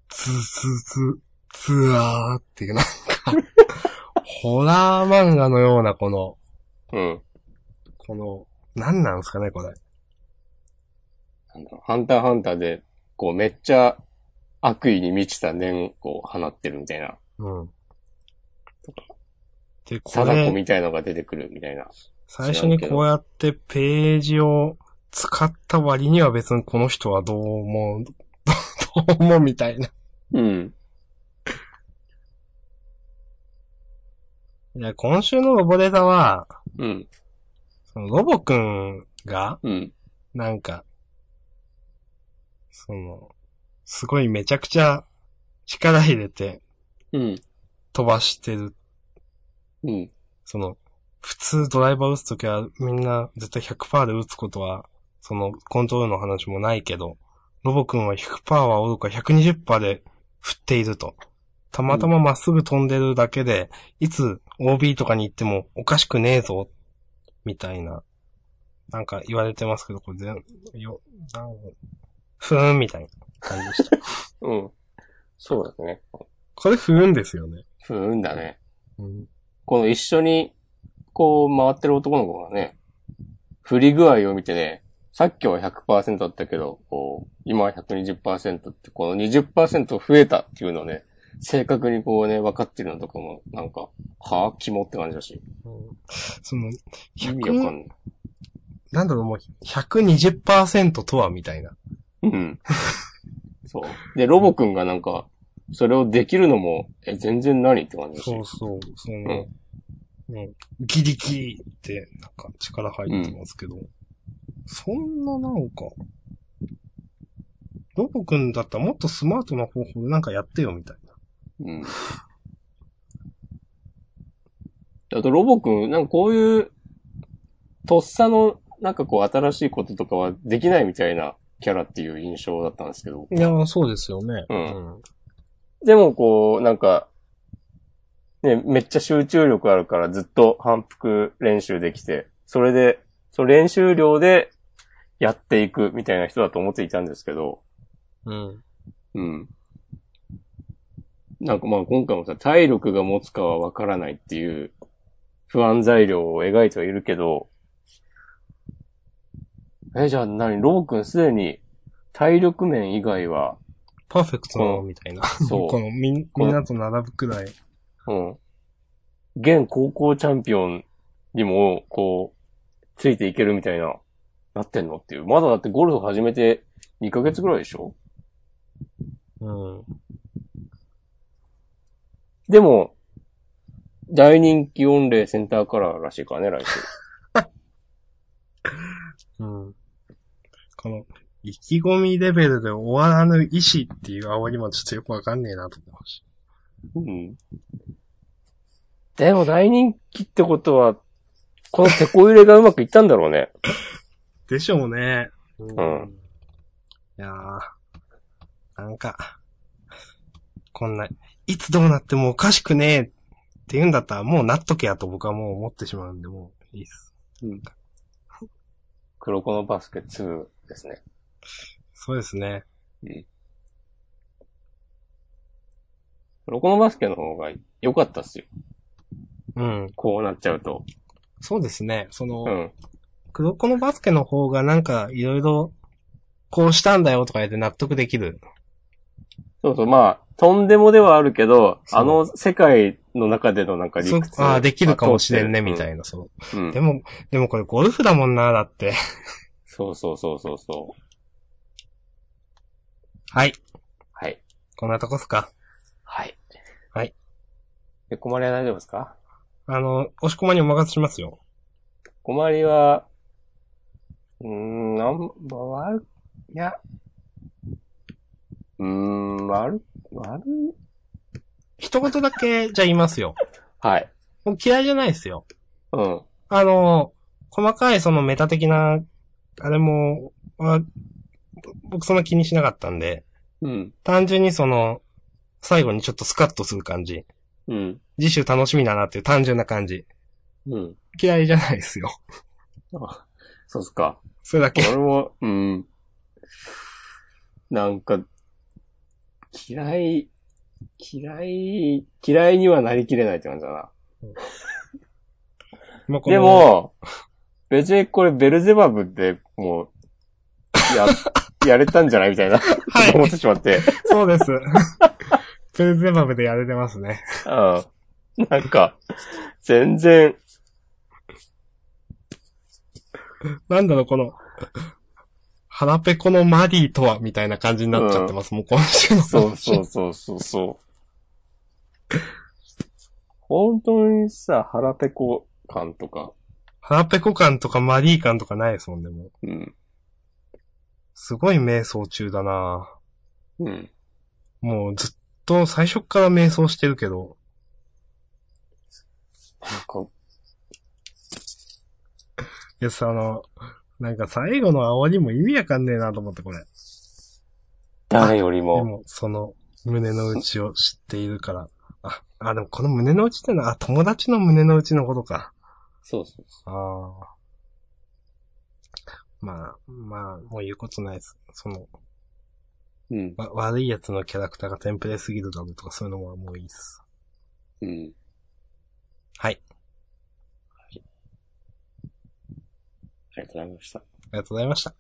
Speaker 2: つ、つ、つ、つわーっていう、なんか、 ホラー漫画のようなこの、
Speaker 1: うん。
Speaker 2: この、何なんですかね、これ。
Speaker 1: なんだろうハンターハンターで、こうめっちゃ悪意に満ちた念を放ってるみたいな、
Speaker 2: うん。で、こ
Speaker 1: 貞子
Speaker 2: れ、
Speaker 1: みたいのが出てくるみたいな。
Speaker 2: 最初にこうやってページを使った割には別にこの人はどう思う、 どう思うみたいな。
Speaker 1: うん。
Speaker 2: いや、今週のロボデータは、
Speaker 1: うん。
Speaker 2: そのロボくんが、
Speaker 1: うん。
Speaker 2: なんか、その、すごいめちゃくちゃ力入れて
Speaker 1: うん。
Speaker 2: 飛ばしてる。
Speaker 1: うん。
Speaker 2: その、普通ドライバー打つときはみんな絶対100%で打つことは、そのコントロールの話もないけど、ロボくんは100%はおろか120%で振っていると。たまたままっすぐ飛んでるだけで、いつ OB とかに行ってもおかしくねえぞ、みたいな、なんか言われてますけど、これ全、よ、なんふーんみたいな感じで した。
Speaker 1: うん。そうですね。
Speaker 2: これ不運ですよね。
Speaker 1: 不運だね。
Speaker 2: うん。
Speaker 1: この一緒に、こう回ってる男の子がね、振り具合を見てね、さっきは100%だったけど、こう、今は120%って、この20%増えたっていうのをね、正確にこうね、分かってるのとかも、なんか、はぁ、肝って感じだし。
Speaker 2: その、
Speaker 1: 意味わか
Speaker 2: 100、
Speaker 1: んない。
Speaker 2: なんだろう、もう120%とはみたいな。
Speaker 1: うん。 そう。で、ロボくんがなんか、それをできるのも、え、全然何って感じだし。
Speaker 2: そうそう、その、うん、ギリギリって、なんか力入ってますけど、そんななんか、ロボくんだったらもっとスマートな方法でなんかやってよみたいな。
Speaker 1: うん。あと、ロボくん、なんかこういう、とっさの、なんかこう、新しいこととかはできないみたいなキャラっていう印象だったんですけど。
Speaker 2: いやー、そうですよね。
Speaker 1: うんでも、こう、なんか、ね、めっちゃ集中力あるからずっと反復練習できて、それで、その練習量でやっていくみたいな人だと思っていたんですけど、
Speaker 2: うん。
Speaker 1: うん。なんかまあ今回もさ、体力が持つかはわからないっていう不安材料を描いてはいるけど、え、じゃあ何ロボくんすでに体力面以外は、
Speaker 2: パーフェクトなのみたいな。
Speaker 1: そう
Speaker 2: このみん、みんなと並ぶくらい。
Speaker 1: うん。現高校チャンピオンにも、こう、ついていけるみたいな、なってんのっていう。まだだってゴルフ始めて2ヶ月ぐらいでしょ
Speaker 2: うん。
Speaker 1: でも、大人気御礼センターカラーらしいからね、来週。
Speaker 2: うん。この、意気込みレベルで終わらぬ意志っていう煽りもちょっとよくわかんねえなと思いまし
Speaker 1: うん。でも大人気ってことは、この手こ入れがうまくいったんだろうね。。
Speaker 2: た。でしょうね。うんいやー、なんか、こんな、いつどうなってもおかしくねえって言うんだったらもうなっとけやと僕はもう思ってしまうんで、もういいっす。
Speaker 1: 黒子のバスケ2ですね。
Speaker 2: そうですね。
Speaker 1: 黒子のバスケの方が良かったっすよ。
Speaker 2: うん。
Speaker 1: こうなっちゃうと。
Speaker 2: そうですね。その、
Speaker 1: うん。
Speaker 2: 黒子のバスケの方がなんかいろいろこうしたんだよとか言って納得できる。
Speaker 1: そうそう、まあ、とんでもではあるけど、
Speaker 2: そう
Speaker 1: あの世界の中でのなんか理
Speaker 2: そう
Speaker 1: 屈。
Speaker 2: ああ、できるかもしれんね、み
Speaker 1: い
Speaker 2: たいな、そ
Speaker 1: な。うん
Speaker 2: う。でも、でもこれゴルフだもんな、だって。
Speaker 1: そうそうそうそうそう。
Speaker 2: はい。
Speaker 1: はい。
Speaker 2: こんなとこっすか。
Speaker 1: はい。
Speaker 2: はい。
Speaker 1: で、困りは大丈夫ですか
Speaker 2: あの、押し込まにお任せしますよ。
Speaker 1: 困りは、うーん、なん、まあ、悪、いや、うーん、悪、悪い。
Speaker 2: 一言だけ、じゃあ言いますよ。
Speaker 1: はい。
Speaker 2: もう嫌いじゃないですよ。
Speaker 1: うん。
Speaker 2: あの、細かいそのメタ的な、あれも、あ僕そんな気にしなかったんで、
Speaker 1: うん。
Speaker 2: 単純にその、最後にちょっとスカッとする感じ。
Speaker 1: うん。
Speaker 2: 次週楽しみだなっていう単純な感じ。
Speaker 1: うん。
Speaker 2: 嫌いじゃないですよ。
Speaker 1: あそうっすか。
Speaker 2: それだけ。
Speaker 1: 俺も、うん。なんか、嫌い、嫌い、嫌いにはなりきれないって感じだな。
Speaker 2: まあこの
Speaker 1: で、も、別にこれベルゼバブでもう、や、 やれたんじゃないみたいな、
Speaker 2: はい
Speaker 1: 思ってしまって。
Speaker 2: そうです。 プルゼバブでやれてますね。
Speaker 1: うん。なんか、全然、
Speaker 2: なんだろう、この、腹ペコのマディとは、みたいな感じになっちゃってます。もう今週の。
Speaker 1: そうそうそうそうそう。本当にさ、腹ペコ感とか、
Speaker 2: 腹ペコ感とかマディ感とかないですもんね、もう。
Speaker 1: うん、
Speaker 2: すごい瞑想中だな
Speaker 1: うん。
Speaker 2: もうずっと最初っから瞑想してるけど、
Speaker 1: なんか、
Speaker 2: いやさ、あの、なんか最後の煽りも意味わかんねえなと思って、これ。で
Speaker 1: 誰よりも、
Speaker 2: も、その、胸の内を知っているから。あ、あ、でもこの胸の内ってのは、あ、友達の胸の内のことか。
Speaker 1: そうそうそ
Speaker 2: ああ。まあ、まあ、もう言うことないです。その、
Speaker 1: う。うん、
Speaker 2: わ悪い奴のキャラクターがテンプレすぎるだろうとかそういうのはもういいっす。
Speaker 1: うん。
Speaker 2: はい。
Speaker 1: ありがとうございました。
Speaker 2: ありがとうございました。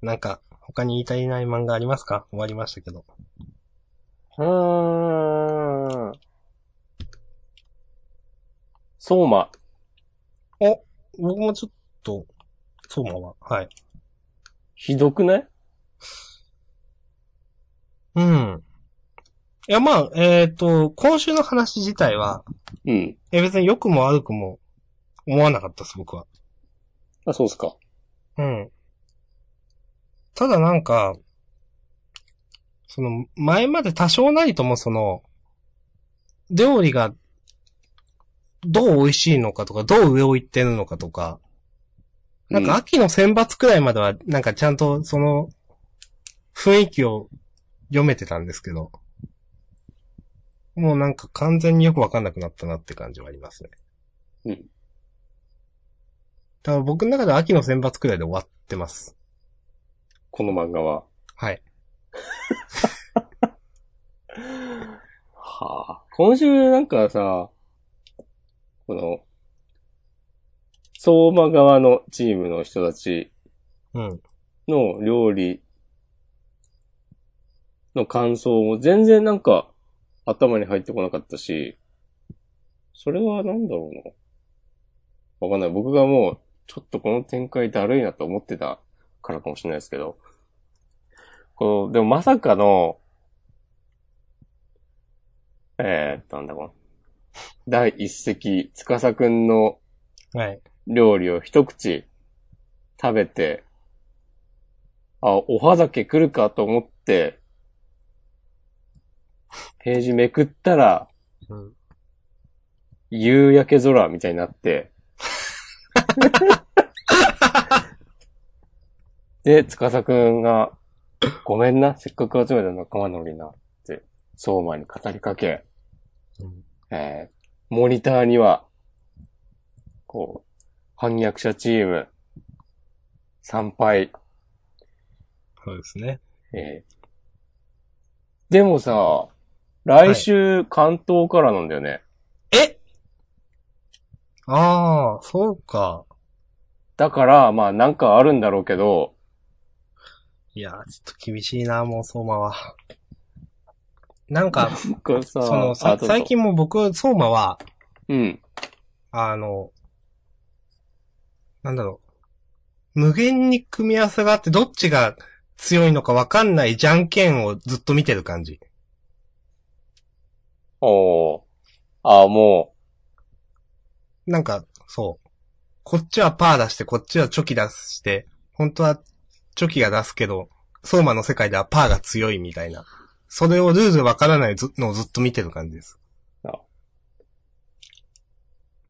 Speaker 2: なんか、他に言い足りない漫画ありますか終わりましたけど。
Speaker 1: うーん。相馬。
Speaker 2: 僕もちょっと、そうまは、はい。
Speaker 1: ひどくない
Speaker 2: うん。いや、まあ、えっ、と、今週の話自体は、
Speaker 1: うん。
Speaker 2: え、別に良くも悪くも思わなかったです、僕は。
Speaker 1: あ、そうっすか。
Speaker 2: うん。ただなんか、その、前まで多少なりともその、料理が、どう美味しいのかとか、どう上を行ってるのかとか、なんか秋の選抜くらいまでは、なんかちゃんとその、雰囲気を読めてたんですけど、もうなんか完全によくわかんなくなったなって感じはありますね。
Speaker 1: うん。
Speaker 2: だから僕の中では秋の選抜くらいで終わってます。
Speaker 1: この漫画は。
Speaker 2: はい。
Speaker 1: はあ。今週なんかさ、この、相馬側のチームの人たち
Speaker 2: うん。
Speaker 1: の料理の感想も全然なんか頭に入ってこなかったし、それはなんだろうな。わかんない。僕がもう、ちょっとこの展開だるいなと思ってたからかもしれないですけど。この、でもまさかの、えー、っと、なんだこの、第一席、司くんの
Speaker 2: はい。
Speaker 1: 料理を一口食べて、あ、おはだけ来るかと思って、ページめくったら、
Speaker 2: うん。
Speaker 1: 夕焼け空みたいになって、で、つかさくんが、ごめんな、せっかく集めた仲間なのにな、って、相馬に語りかけ、
Speaker 2: うん
Speaker 1: えーモニターには、こう、反逆者チーム、参拝、
Speaker 2: そうですね。
Speaker 1: えーでもさ、来週関東からなんだよね。
Speaker 2: えああ、そうか。
Speaker 1: だから、まあなんかあるんだろうけど、
Speaker 2: いやー、ちょっと厳しいな、もう相馬は。な んか、
Speaker 1: これさ、
Speaker 2: その、さ
Speaker 1: あどうぞ
Speaker 2: 最近も僕、相馬は、
Speaker 1: うん。
Speaker 2: あの、なんだろう。無限に組み合わせがあって、どっちが強いのかわかんないじゃんけんをずっと見てる感じ。
Speaker 1: おー。あー、も
Speaker 2: なんか、そう。こっちはパー出して、こっちはチョキ出して、本当はチョキが出すけど、相馬の世界ではパーが強いみたいな。それをルールわからないずのをずっと見てる感じです。
Speaker 1: う。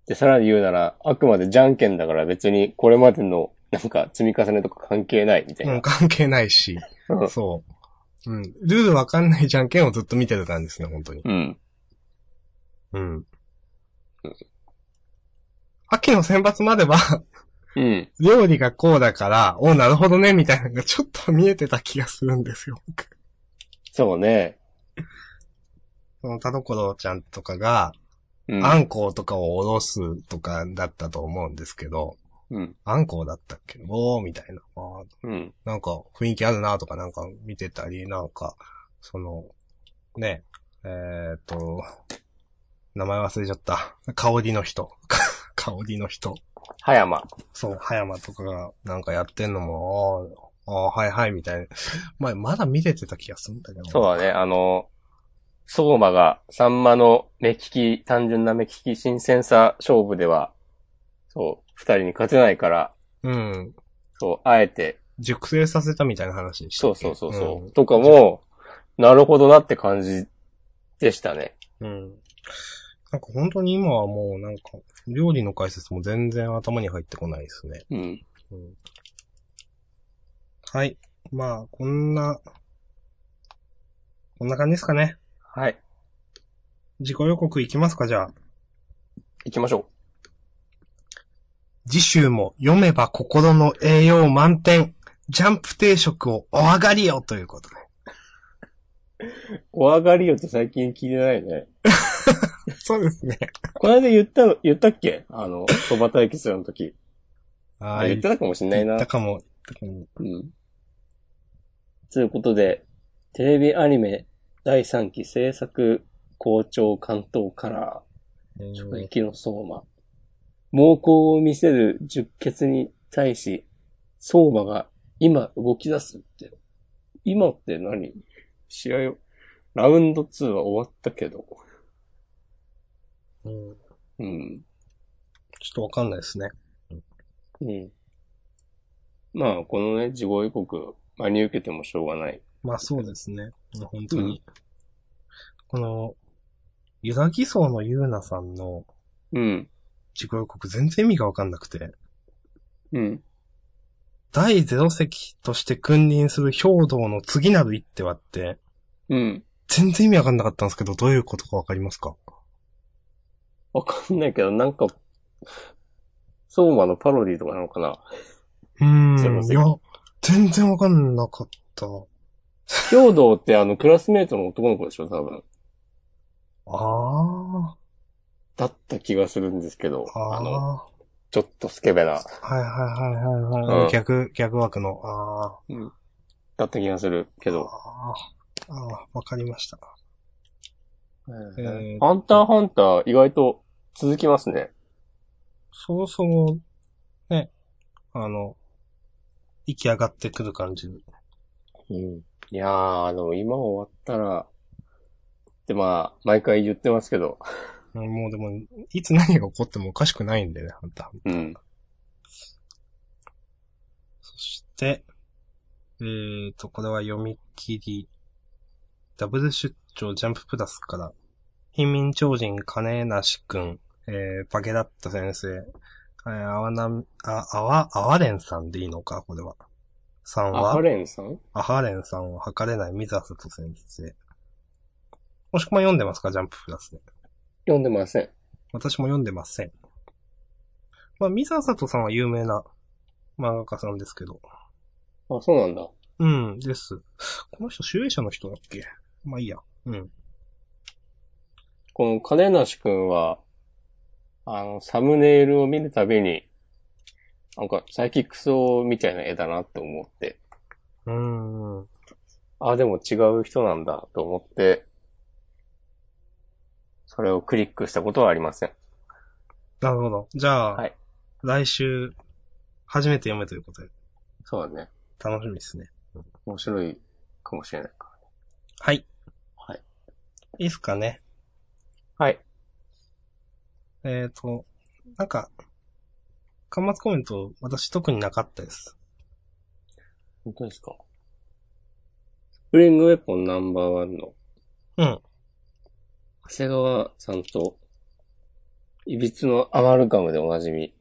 Speaker 1: で、さらに言うなら、あくまでじゃんけんだから別にこれまでの、なんか積み重ねとか関係ないみたい
Speaker 2: うん、
Speaker 1: な。
Speaker 2: 関係ないし。
Speaker 1: うん
Speaker 2: そう。うん。ルールわかんないじゃんけんをずっと見てる感じですね、本当に。
Speaker 1: うん。
Speaker 2: うん。秋の選抜までは、
Speaker 1: うん。
Speaker 2: 料理がこうだから、おなるほどね、みたいなのがちょっと見えてた気がするんですよ。 僕
Speaker 1: そうね。
Speaker 2: その田所ちゃんとかが、
Speaker 1: うん。
Speaker 2: あんこうとかをおろすとかだったと思うんですけど、
Speaker 1: うん。
Speaker 2: あんこうだったっけおー、みたいな。あー
Speaker 1: うん。
Speaker 2: なんか雰囲気あるなとかなんか見てたり、なんか、その、ね、えーっと、名前忘れちゃった。香りの人。 香りの人。
Speaker 1: 葉山。
Speaker 2: そう、葉山とかがなんかやってんのも、あーあー、はいはい、みたいな。まあ、まだ見れてた気がするんだけど。
Speaker 1: そうだね、あの、相馬が、サンマの目利き、単純な目利き新鮮さ勝負では、そう、二人に勝てないから、
Speaker 2: うん。
Speaker 1: そう、あえて、
Speaker 2: 熟成させたみたいな話でした
Speaker 1: そ
Speaker 2: っ
Speaker 1: う
Speaker 2: け
Speaker 1: そうそうそう、とかも、なるほどなって感じでしたね。
Speaker 2: うん。うん。なんか本当に今はもうなんか、料理の解説も全然頭に入ってこないですね。
Speaker 1: うん。
Speaker 2: うんはい。まあ、こんな、こんな感じですかね。
Speaker 1: はい。
Speaker 2: 自己予告いきますか、じゃあ。
Speaker 1: 行きましょ
Speaker 2: 次週も読めば心の栄養満点、ジャンプ定食をお上がりよということで。
Speaker 1: う。お上がりよって最近聞いてないね。
Speaker 2: そうですね。
Speaker 1: この間言ったの、言ったっけあの、蕎麦対決の 時。
Speaker 2: あ
Speaker 1: あ、言ってたかもしんない
Speaker 2: 言
Speaker 1: な
Speaker 2: った。かも。言ったかも
Speaker 1: うん。ということで、テレビアニメ第3期制作校長関東カラ
Speaker 2: え
Speaker 1: ー、
Speaker 2: ー
Speaker 1: 直撃の相馬。猛攻を見せる十血に対し、相馬が今動き出すって。今って何試合を、ラウンド2は終わったけど。
Speaker 2: うん
Speaker 1: うん。
Speaker 2: ちょっとわかんないですね。
Speaker 1: うん。まあ、このね、事後予告、真に受けてもしょうがない。
Speaker 2: まあそうですね。本当に。この、ゆらぎそうのゆうなさんの
Speaker 1: うん。
Speaker 2: 自己予告全然意味がわかんなくて。
Speaker 1: うん。
Speaker 2: 第0席として君臨する兵道の次なる一手はって、
Speaker 1: うん。
Speaker 2: 全然意味わかんなかったんですけど、どういうことかわかりますか
Speaker 1: わかんないけど、なんか、相馬のパロディとかなのかな
Speaker 2: うー
Speaker 1: ゼロ
Speaker 2: ん。い
Speaker 1: 席
Speaker 2: や、全然わかんなかった。
Speaker 1: 兵道ってあの、クラスメイトの男の子でしょ多分。
Speaker 2: あ
Speaker 1: だった気がするんですけど
Speaker 2: あ。、あ
Speaker 1: あ
Speaker 2: あ。
Speaker 1: の、
Speaker 2: は
Speaker 1: ちょっとスケベな、
Speaker 2: いはいはいはいはい。
Speaker 1: うん
Speaker 2: 逆、逆枠の。ああ。
Speaker 1: だった気がするけど。
Speaker 2: ああ。ああ、わかりました。ー
Speaker 1: ハンターハンター、意外と続きますね。
Speaker 2: そもそも、ね、あの、息上がってくる感じ。
Speaker 1: うん。いやー、あの、今終わったら、ってまあ、毎回言ってますけど、
Speaker 2: うんもうでも、いつ何が起こってもおかしくないんでね、あんた。
Speaker 1: うん。
Speaker 2: そして、えーと、これは読み切り。ダブル出張ジャンププラスから、貧民超人金梨くん、えー、パゲラッタ先生、えー、あわな、あ、あわ、あわれんさんでいいのか、これは。さん
Speaker 1: ア
Speaker 2: は
Speaker 1: ハ、レンさん
Speaker 2: あはれんさんを測れない水浅と先生。もしくも読んでますか、ジャンププラスで。
Speaker 1: 読んでません。
Speaker 2: 私も読んでません。まあ、水浅とさんは有名な漫画家さんですけど、
Speaker 1: あ、そうなんだ。
Speaker 2: うん、です。この人、集英社の人だっけまあいいや。うん。
Speaker 1: この金梨くんは、あの、サムネイルを見るたびに、なんか、サイキックソみたいな絵だなって思って、
Speaker 2: うーん。
Speaker 1: あ、でも違う人なんだと思って、それをクリックしたことはありません。
Speaker 2: なるほど。じゃあ、
Speaker 1: はい
Speaker 2: 来週、初めて読むということで、
Speaker 1: そうだね。
Speaker 2: 楽しみですね。
Speaker 1: 面白いかもしれないか
Speaker 2: はい。
Speaker 1: はい。
Speaker 2: いいっすかね。
Speaker 1: ら。はい。
Speaker 2: えっ、と、なんか、端末コメント、私特になかったです。
Speaker 1: 本当ですかスプリングウェポンナンバーワンの。
Speaker 2: うん。
Speaker 1: 長谷川さんと、いびつのアマルガムでおなじみ、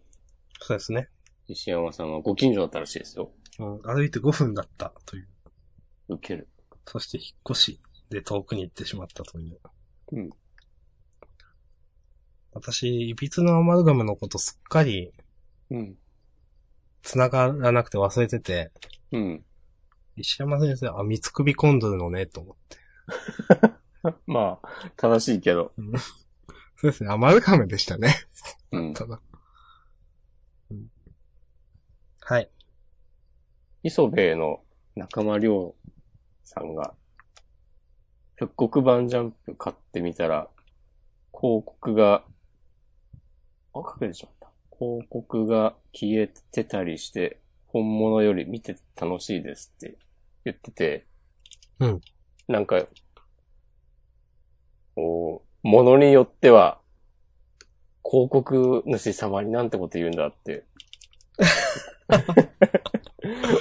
Speaker 2: そうですね。
Speaker 1: 西山さんはご近所だったらしいですよ。
Speaker 2: うん、歩いて5分だったという。
Speaker 1: ウケる。
Speaker 2: そして引っ越しで遠くに行ってしまったという。
Speaker 1: うん。
Speaker 2: 私、いびつのアマルガムのことすっかり
Speaker 1: うん。
Speaker 2: 繋がらなくて忘れてて、
Speaker 1: うん。
Speaker 2: 石山先生、あ、三つ首コンドルのね、と思って。
Speaker 1: まあ、正しいけど。
Speaker 2: そうですね、アマルガムでした ね。
Speaker 1: うん。
Speaker 2: ただ。うんはい。
Speaker 1: 磯部の仲間亮さんが、復刻版ジャンプ買ってみたら、広告が、あ、隠れてしまった。広告が消えてたりして、本物より見てて楽しいですって言ってて、
Speaker 2: うん。
Speaker 1: なんか、おものによっては、広告主様になんてこと言うんだ って、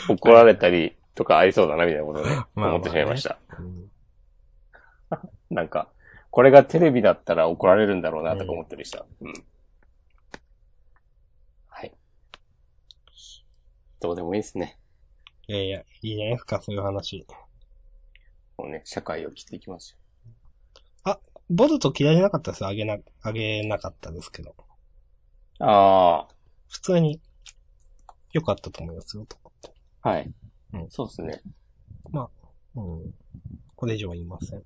Speaker 1: 怒られたりとかありそうだなみたいなことをね、
Speaker 2: まあ
Speaker 1: 思ってしまいました。
Speaker 2: うん
Speaker 1: なんか、これがテレビだったら怒られるんだろうなとか思ったりした。うん。はい。どうでもいいですね。
Speaker 2: いやいや、いいじゃないですか、そういう話。
Speaker 1: もうね、社会を切っていきますよ。
Speaker 2: ボルト嫌いじゃなかったですあげな、あげなかったですけど。
Speaker 1: あ
Speaker 2: 普通に良かったと思いますよ、と。
Speaker 1: あ、はい。
Speaker 2: うん
Speaker 1: そうですね。
Speaker 2: うん。これ以上は言いません。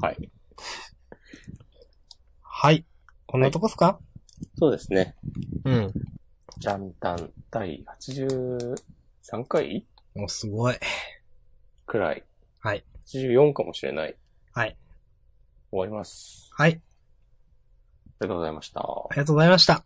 Speaker 1: はい。
Speaker 2: はい。こんなとこっすか、
Speaker 1: そうですね。
Speaker 2: うん。
Speaker 1: ジャンタン第83回
Speaker 2: もうすごい。
Speaker 1: くらい。
Speaker 2: はい。
Speaker 1: 84かもしれない。
Speaker 2: はい。
Speaker 1: 終わります。
Speaker 2: はい。
Speaker 1: ありがとうございました。
Speaker 2: ありがとうございました。